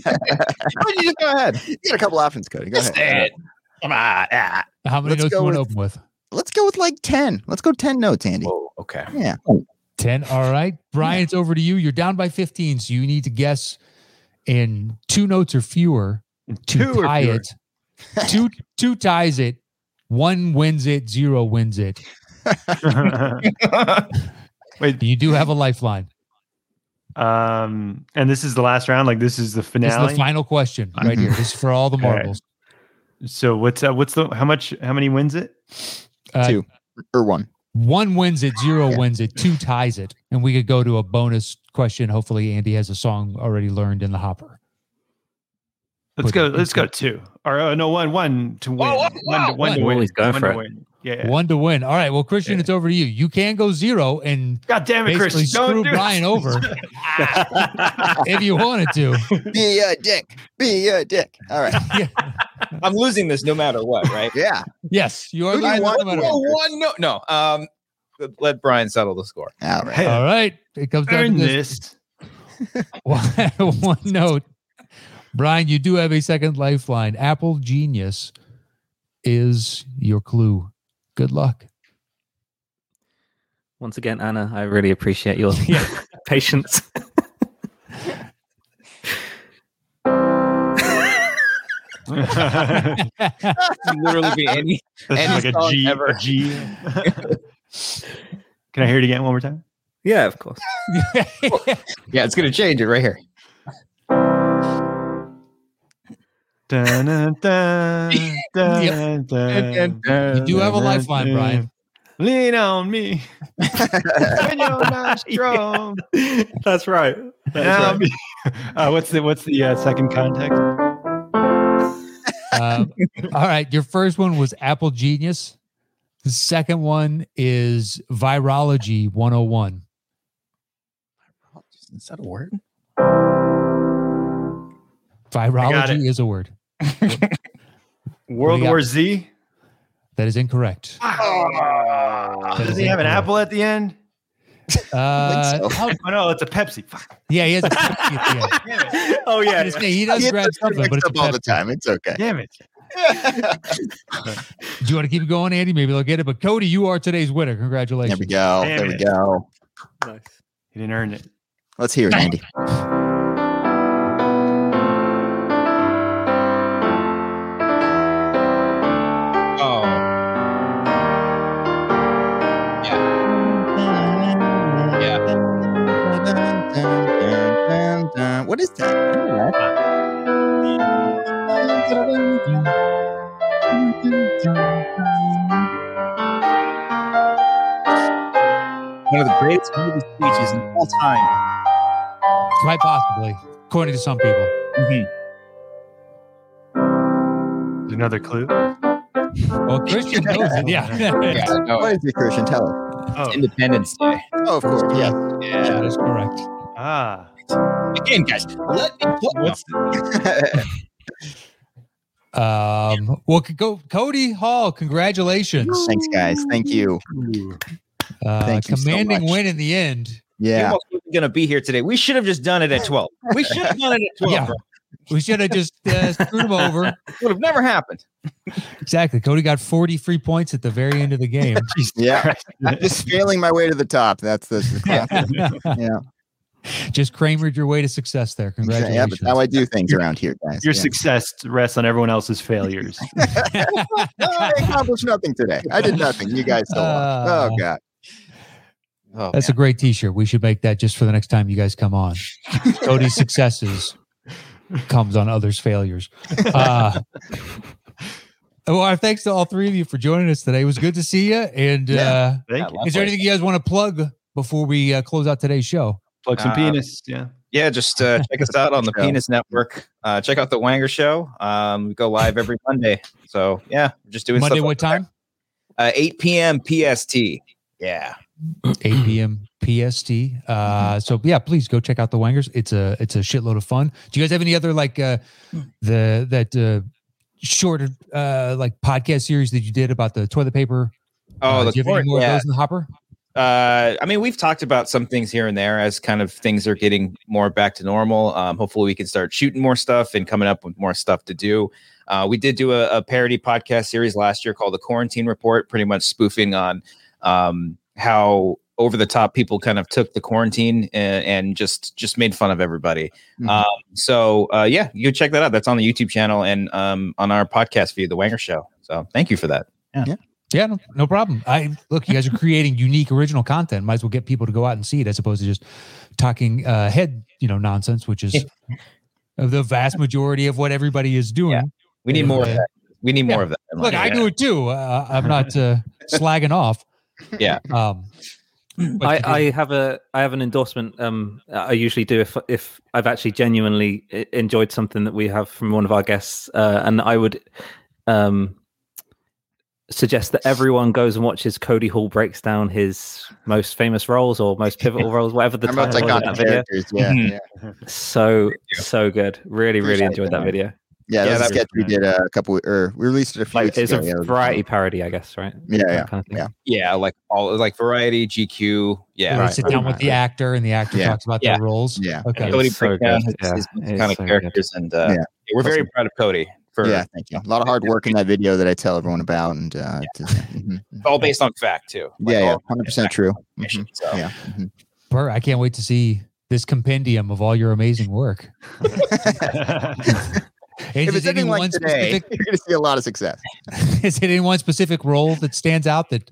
Why don't you just go ahead? You got a couple options, Cody. Go
Just say
ahead.
it. Come on. ah.
How many
Let's
notes do
go
you want to
with-
open with?
Let's go with like ten. Let's go ten notes, Andy.
Oh, okay.
Yeah.
10. All right. Brian, it's over to you. You're down by 15, so you need to guess in two notes or fewer to
Two or
tie
fewer.
it. two two ties it. One wins it, zero wins it. You do have a lifeline.
um, and this is the last round. Like this is the
This is
finale.
the final question right here. This is for all the
All right.
marbles.
so what's uh, what's the how much how many wins it?
Uh,
Two or one.
One wins it, zero wins it, two ties it. And we could go to a bonus question. Hopefully, Andy has a song already learned in the hopper.
Let's
Put
go.
it
Let's go two. Or uh, no one one to win.
whoa,
One to- one to
whoa.
win.
Always go for
One to
it.
win. Yeah. yeah.
One to win. All right. Well, Christian,
Yeah.
it's over to you. You can go zero and
God damn it,
basically
Christian!
screw
Don't do
Brian over if you wanted to.
Be a dick. Be a dick. All right.
I'm losing this no matter what, right?
Yeah.
Yes, you are.
Who do you
lying
want
no matter
to
Oh,
what.
one no no. Um let- let Brian settle the score.
All right.
Hey,
All right, it comes down
Earn
to this.
this.
One, one note, Brian. You do have a second lifeline. Apple Genius is your clue. Good luck.
Once again, Anna, I really appreciate your
Yeah.
patience.
That's
Literally be any
like a
song
G.
ever.
A G. Can I hear it again one more time?
yeah, of course.
Yeah, it's gonna change it right here.
Dun, dun, dun, dun, dun,
you do have a
dun,
lifeline,
dun.
Brian.
Lean on me when you're not strong.
That's right.
Now I'm- uh, what's the what's the uh, second context?
Um, all right, your first one was Apple Genius. The second one is Virology 101.
Is that a word?
Virology is a word
World
We got-
War Z.
that is incorrect.
Ah,
That
Does
is
he have an
incorrect.
apple at the end?
Uh,
so.
how-
Oh no, it's a Pepsi. Fuck.
yeah, he has a Pepsi at the end.
oh
I
yeah.
was gonna say, he does
Yeah,
grab
it's
something,
mixed
but it's a
up all the
Pepsi.
time. It's okay.
Damn it.
Do you want to keep it going, Andy? Maybe they'll get it. But Cody, you are today's winner.
There
Congratulations.
we go.
Damn
there we
it.
go.
Nice.
He didn't earn it.
Let's hear it, Andy.
Oh. Yeah. Yeah.
What is that?
One of the greatest movie speeches in all time.
Quite possibly, according to some people.
There's Another clue.
Well, Christian knows it. Yeah.
Yeah. no,
What is it, Christian? Tell us.
Oh,
Independence Day.
Oh, of course. Yes.
Yeah.
that is correct.
ah.
Again, guys, let me put
What's
Um, well, c- go Cody Hall. Congratulations.
Thanks, guys. Thank you.
Uh,
Thank you so
commanding
much.
win in the end.
He
Yeah.
almost wasn't going to be here today. We should have just done it at 12. We should have done it at 12.
Yeah.
bro.
We should have just uh, screwed him over.
It would have never happened.
Exactly. Cody got 40 free points at the very end of the game. Jeez.
Yeah. I'm just failing my way to the top. That's the, the classic. Yeah.
Just Kramered your way to success there. Congratulations.
Yeah, but how I do things around here, guys.
Your
yeah.
success rests on everyone else's failures.
No, I accomplished nothing today. I did nothing. You guys still won.
Uh,
Oh God.
Oh,
That's a great T-shirt. We should make that just for the next time you guys come on. Cody's successes comes on others' failures. Uh, well, our thanks to all three of you for joining us today. It was good to see you. And uh,
Thank
I
you.
love
is there
it.
anything you guys want to plug before we uh, close out today's show?
Plug some
Uh,
penis. Yeah.
Yeah, just uh, check us out on the
Show.
Penis Network. Uh, check out the Wanger Show. Um, we go live every Monday. So yeah, we're just doing
Monday,
stuff
what time?
Uh, 8 p.m. PST. Yeah,
8 p.m. PST. Uh, so yeah, please go check out the Wangers. It's a it's a shitload of fun. Do you guys have any other like uh, the that uh, shorter uh, like podcast series that you did about the toilet paper?
Oh,
Uh,
the
do you have
court,
any more
yeah.
of those in the hopper?
Uh, I mean, we've talked about some things here and there as kind of things are getting more back to normal. Um, hopefully, we can start shooting more stuff and coming up with more stuff to do. Uh, we did do a, a parody podcast series last year called The Quarantine Report, pretty much spoofing on um, how over the top people kind of took the quarantine and, and just just made fun of everybody.
Mm-hmm.
Mhm.
Um, so uh, yeah, you can check that out. That's on the YouTube channel and um, on our podcast feed, The Wanger Show. So thank you for that.
Yeah, no, no problem. I look, you guys are creating unique, original content. Might as well get people to go out and see it as opposed to just talking uh, head, you know, nonsense, which is the vast majority of what everybody is doing.
Yeah. We need more of that. We need more
Yeah.
of that.
Look, I do it too. Uh, I'm not uh, slagging off.
Yeah.
Um, but you
I,
did-
I have a I have an endorsement. Um, I usually do if if I've actually genuinely e- enjoyed something that we have from one of our guests, uh, and I would um suggest that everyone goes and watches Cody Hall breaks down his most famous roles or most pivotal roles, whatever the
I'm about
title was of
iconic
that video.
characters. Yeah.
Mhm.
Yeah.
So so good. Really really
Appreciate
enjoyed
that,
that
man.
video.
Yeah,
Yeah,
that was
that-
a sketch we did uh, a couple, or we released it a few
Like
weeks
it's
ago.
a
Yeah, it was-
variety parody, I guess, right?
Yeah,
That
yeah,
kind of thing.
yeah.
Yeah, like all like variety, GQ.
they
Yeah.
Right,
sit
right,
down
right,
with the
right.
actor, and the actor
Yeah.
talks about
Yeah.
their roles.
Yeah.
Okay.
It
Cody
was so
breaks down
good.
his,
Yeah,
his
it's
kind of
so good.
characters, and uh,
Yeah.
yeah, we're very proud of Cody for
yeah, thank you. A lot of hard work in that video that I tell everyone about, and uh, it's- mhm.
it's all based on fact too. Like,
yeah, yeah,
all
hundred percent true.
information,
Mhm.
so.
Yeah, mhm.
Per, I can't wait to see this compendium of all your amazing work. Is
if it's
it any
anything
one
like today,
specific-
you're going to see a lot of success.
is it any one specific role that stands out that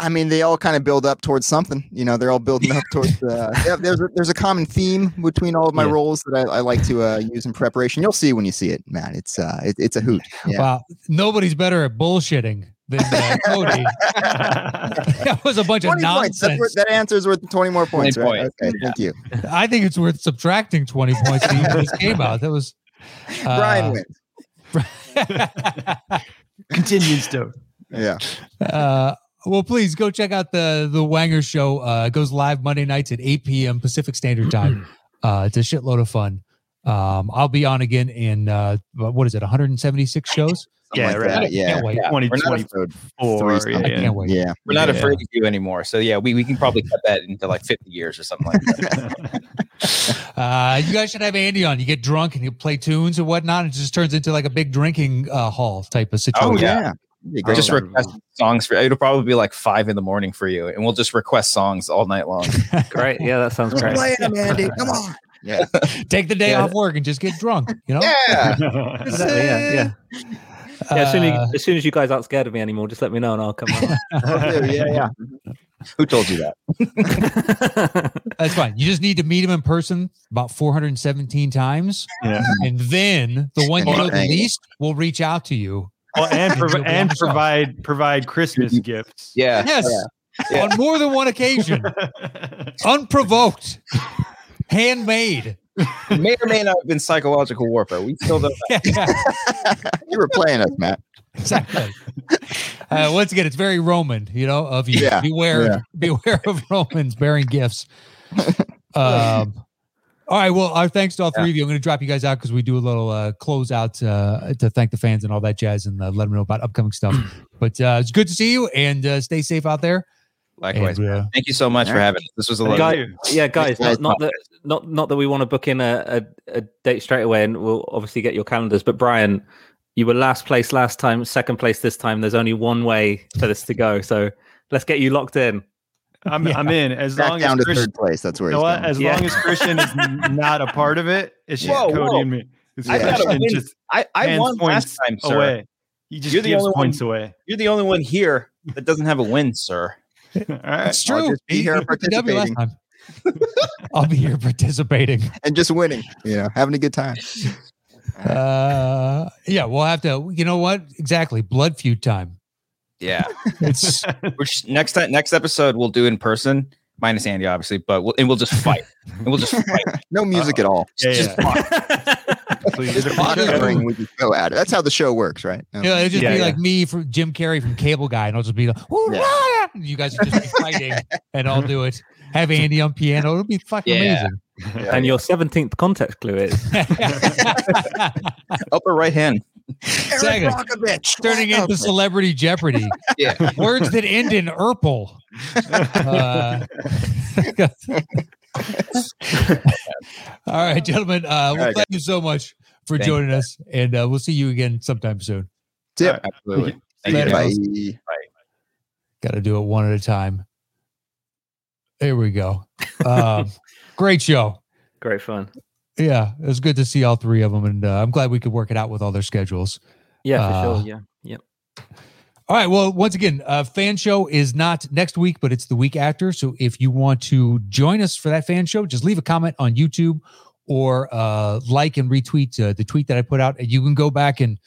I mean, they all kind of build up towards something. You know, they're all building up towards. Uh, yeah, there's a, there's a common theme between all of my
Yeah.
roles that I, I like to uh, use in preparation. You'll see when you see it, man. It's uh, it, it's a hoot. Yeah.
wow nobody's better at bullshitting than uh, Cody? that was a bunch of
Twenty points. That's
nonsense.
worth, that answer is worth twenty more points. right?
points.
Okay, thank you.
I think it's worth subtracting twenty points to even this game out. That was uh,
Brian wins.
Continues to.
Yeah.
uh, well, please go check out the the Wanger Show. Uh, it goes live Monday nights at eight p.m. Pacific Standard Time. Uh, it's a shitload of fun. Um, I'll be on again in uh, what is it, 176 shows?
Something
Yeah,
like
right.
that, Yeah.
Can't wait.
Yeah, we're, not, af-
2024,
Four.
Three
I
Yeah.
can't wait.
Yeah.
we're not
Yeah.
afraid of you anymore. So yeah, we, we can probably cut that into like 50 years or something like that.
Uh, you guys should have Andy on. You get drunk and you play tunes and whatnot. It just turns into like a big drinking uh, hall type of situation.
Oh, yeah.
It'd be a
We'll
great
just
time.
request songs for it'll probably be like five in the morning for you, and we'll just request songs all night long.
Great. Yeah, that sounds great.
Play them, Andy. Come on. Yeah.
Take the day
Yeah.
off work and just get drunk. You know?
yeah,
Exactly, yeah, yeah.
Uh,
Yeah, as soon as, as soon as you guys aren't scared of me anymore, just let me know and I'll come
yeah. Yeah.
who told you that?
on.
that's fine. You just need to meet him in person about 417 times,
Yeah.
and then the one you know the
Right.
least will reach out to you.
Well, and
You'll
prov-
be
and
on the show.
provide provide Christmas gifts.
Yeah,
Yes,
Yeah.
on more than one occasion, unprovoked, handmade.
It may or may not have been psychological warfare. We still don't. know.
You were playing us, Matt.
exactly. Uh, once again, it's very Roman, you know, of you.
Yeah,
Beware,
yeah.
beware of Romans bearing gifts. Um, All right. Well, our thanks to all three
Yeah.
of you. I'm going to drop you guys out because we do a little uh, close out uh, to thank the fans and all that jazz and uh, let them know about upcoming stuff. but uh, it's good to see you and uh, stay safe out there.
Likewise.
And, uh,
Thank you so much for
Yeah.
having us. This was a
Thank
lot.
Guy-
of-
you.
yeah, guys,
guys,
not, not that not not that we want to book in a, a, a date straight away, and we'll obviously get your calendars. But Brian, you were last place last time, second place this time. There's only one way for this to go, so let's get you locked in.
I'm,
Yeah.
I'm in. As
Back
long
down to
as Christian,
third place. That's where
you know
it's
what?
going.
As
Yeah.
long as Christian is n- not a part of it, it's just
Whoa,
Cody
whoa.
and me. It's
I
gotta
Christian
win.
just
I, I
hands
won last
points
time, sir.
away. He just
You're the
gives
only one-
points away.
You're the only one here that doesn't have a win, sir.
All right.
It's
I'll
true.
just be here
You beat the W last
participating.
time. I'll be here participating.
and just winning, you know, having a good time.
Uh, yeah, we'll have to. You know what? Exactly. Blood feud time.
Yeah.
It's
We're just, next time, next episode, we'll do in person, minus Andy, obviously, but we'll and we'll just fight. and we'll just fight.
No music at all.
Yeah,
Just
yeah.
There's a body
Yeah.
ring we just go at it. That's how the show works, right? No.
you know, it'll just
Yeah,
be
yeah.
like me from Jim Carrey from Cable Guy, and I'll just be like, "Woo,
Yeah.
rah!" And you guys will just be fighting, and I'll do it. Have Andy on piano. It'll be fucking
Yeah.
amazing.
and your seventeenth context clue is
Upper right hand.
Second.
Brockovich.
Turning into Celebrity Jeopardy.
Yeah.
Words that end in Urple. Uh, All right, gentlemen. Uh, well,
right,
thank you so much for
Thank you.
joining us, and uh, we'll see you again sometime soon.
Tip.
Absolutely. Thank
Later.
you. guys.
Bye.
Got to do it one at a time. There we go. Um, great show.
great fun.
Yeah, it was good to see all three of them, and uh, I'm glad we could work it out with all their schedules.
Yeah, for
Uh,
sure. Yeah,
All right. Well, once again, uh, fan show is not next week, but it's the week after. So if you want to join us for that fan show, just leave a comment on YouTube or uh, like and retweet uh, the tweet that I put out. And you can go back and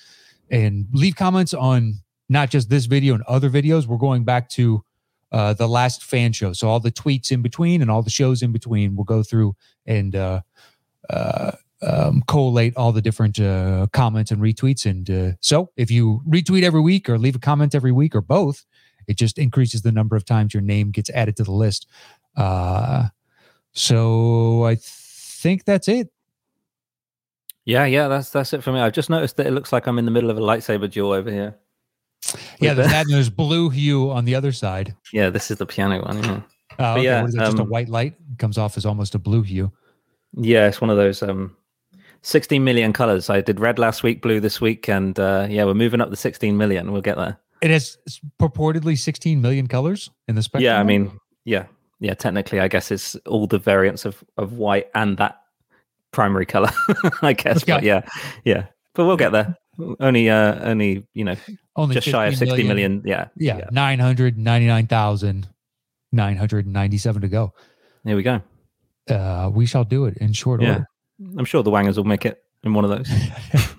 and leave comments on not just this video and other videos. We're going back to uh, the last fan show, so all the tweets in between and all the shows in between. We'll go through and uh, uh, um, collate all the different uh, comments and retweets. And uh, so if you retweet every week or leave a comment every week or both, it just increases the number of times your name gets added to the list. Uh, so I think that's it.
yeah, yeah. That's that's it for me. I've just noticed that it looks like I'm in the middle of a lightsaber duel over here.
Yeah, there's
With the-
that and there's blue hue on the other side.
Yeah, this is the piano one. Yeah,
Uh, okay,
yeah,
what is it, just a
um,
white light comes off as almost a blue hue.
yeah it's one of those um, sixteen million colors. I did red last week, blue this week, and uh, yeah, we're moving up to sixteen million. We'll get there.
It has s- purportedly 16 million colors in the spectrum.
yeah i mean yeah yeah technically i guess it's all the variants of of white and that primary color i guess but yeah yeah but we'll get there only uh only you know
only
just shy of
15
60 million yeah
Yeah, 999,997 to go.
here we go
Uh, we shall do it in short
yeah
order.
i'm sure the wangers will make it in one of those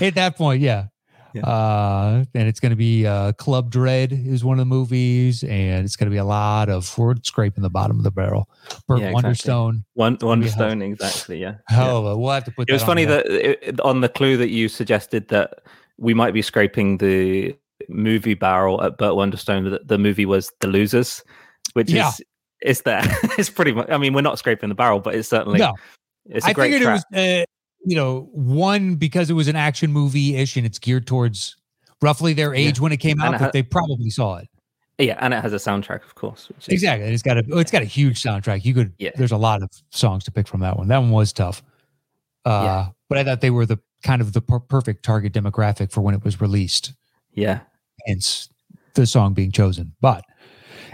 At that point, yeah.
Yeah.
Uh, and it's going to be uh, Club Dread is one of the movies, and it's going to be a lot of we're scraping the bottom of the barrel. Burt
Yeah, exactly.
Wonderstone.
one one
be hard.
stone exactly yeah
Hell, of a- we'll have to put.
it was
that on
funny
there.
that it, on the clue that you suggested that we might be scraping the movie barrel at Burt Wonderstone. The, the movie was The Losers, which
Yeah.
is it's there. it's pretty much. I mean, we're not scraping the barrel, but it's certainly
No.
It's a
I
great
figured
track.
it was, uh, you know, one because it was an action movie ish, and it's geared towards roughly their
Yeah.
age when it came
And
out,
it
but
ha-
they probably saw it.
yeah, and it has a soundtrack, of course. which is-
Exactly. And it's got a it's got a huge soundtrack. You could
Yeah.
there's a lot of songs to pick from that one. That one was tough. Uh
Yeah.
but I thought they were the kind of the per- perfect target demographic for when it was released.
Yeah,
Hence the song being chosen. But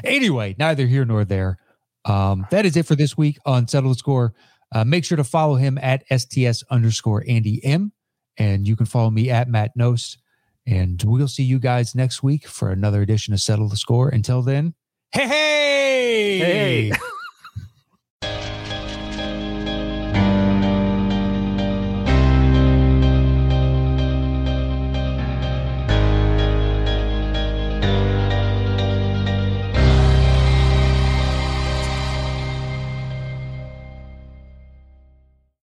anyway, neither here nor there. Um that is it for this week on Settle the Score. Uh, make sure to follow him at STS underscore Andy M. And you can follow me at Matt Nost. And we'll see you guys next week for another edition of Settle the Score. Until then, hey, hey!
Hey.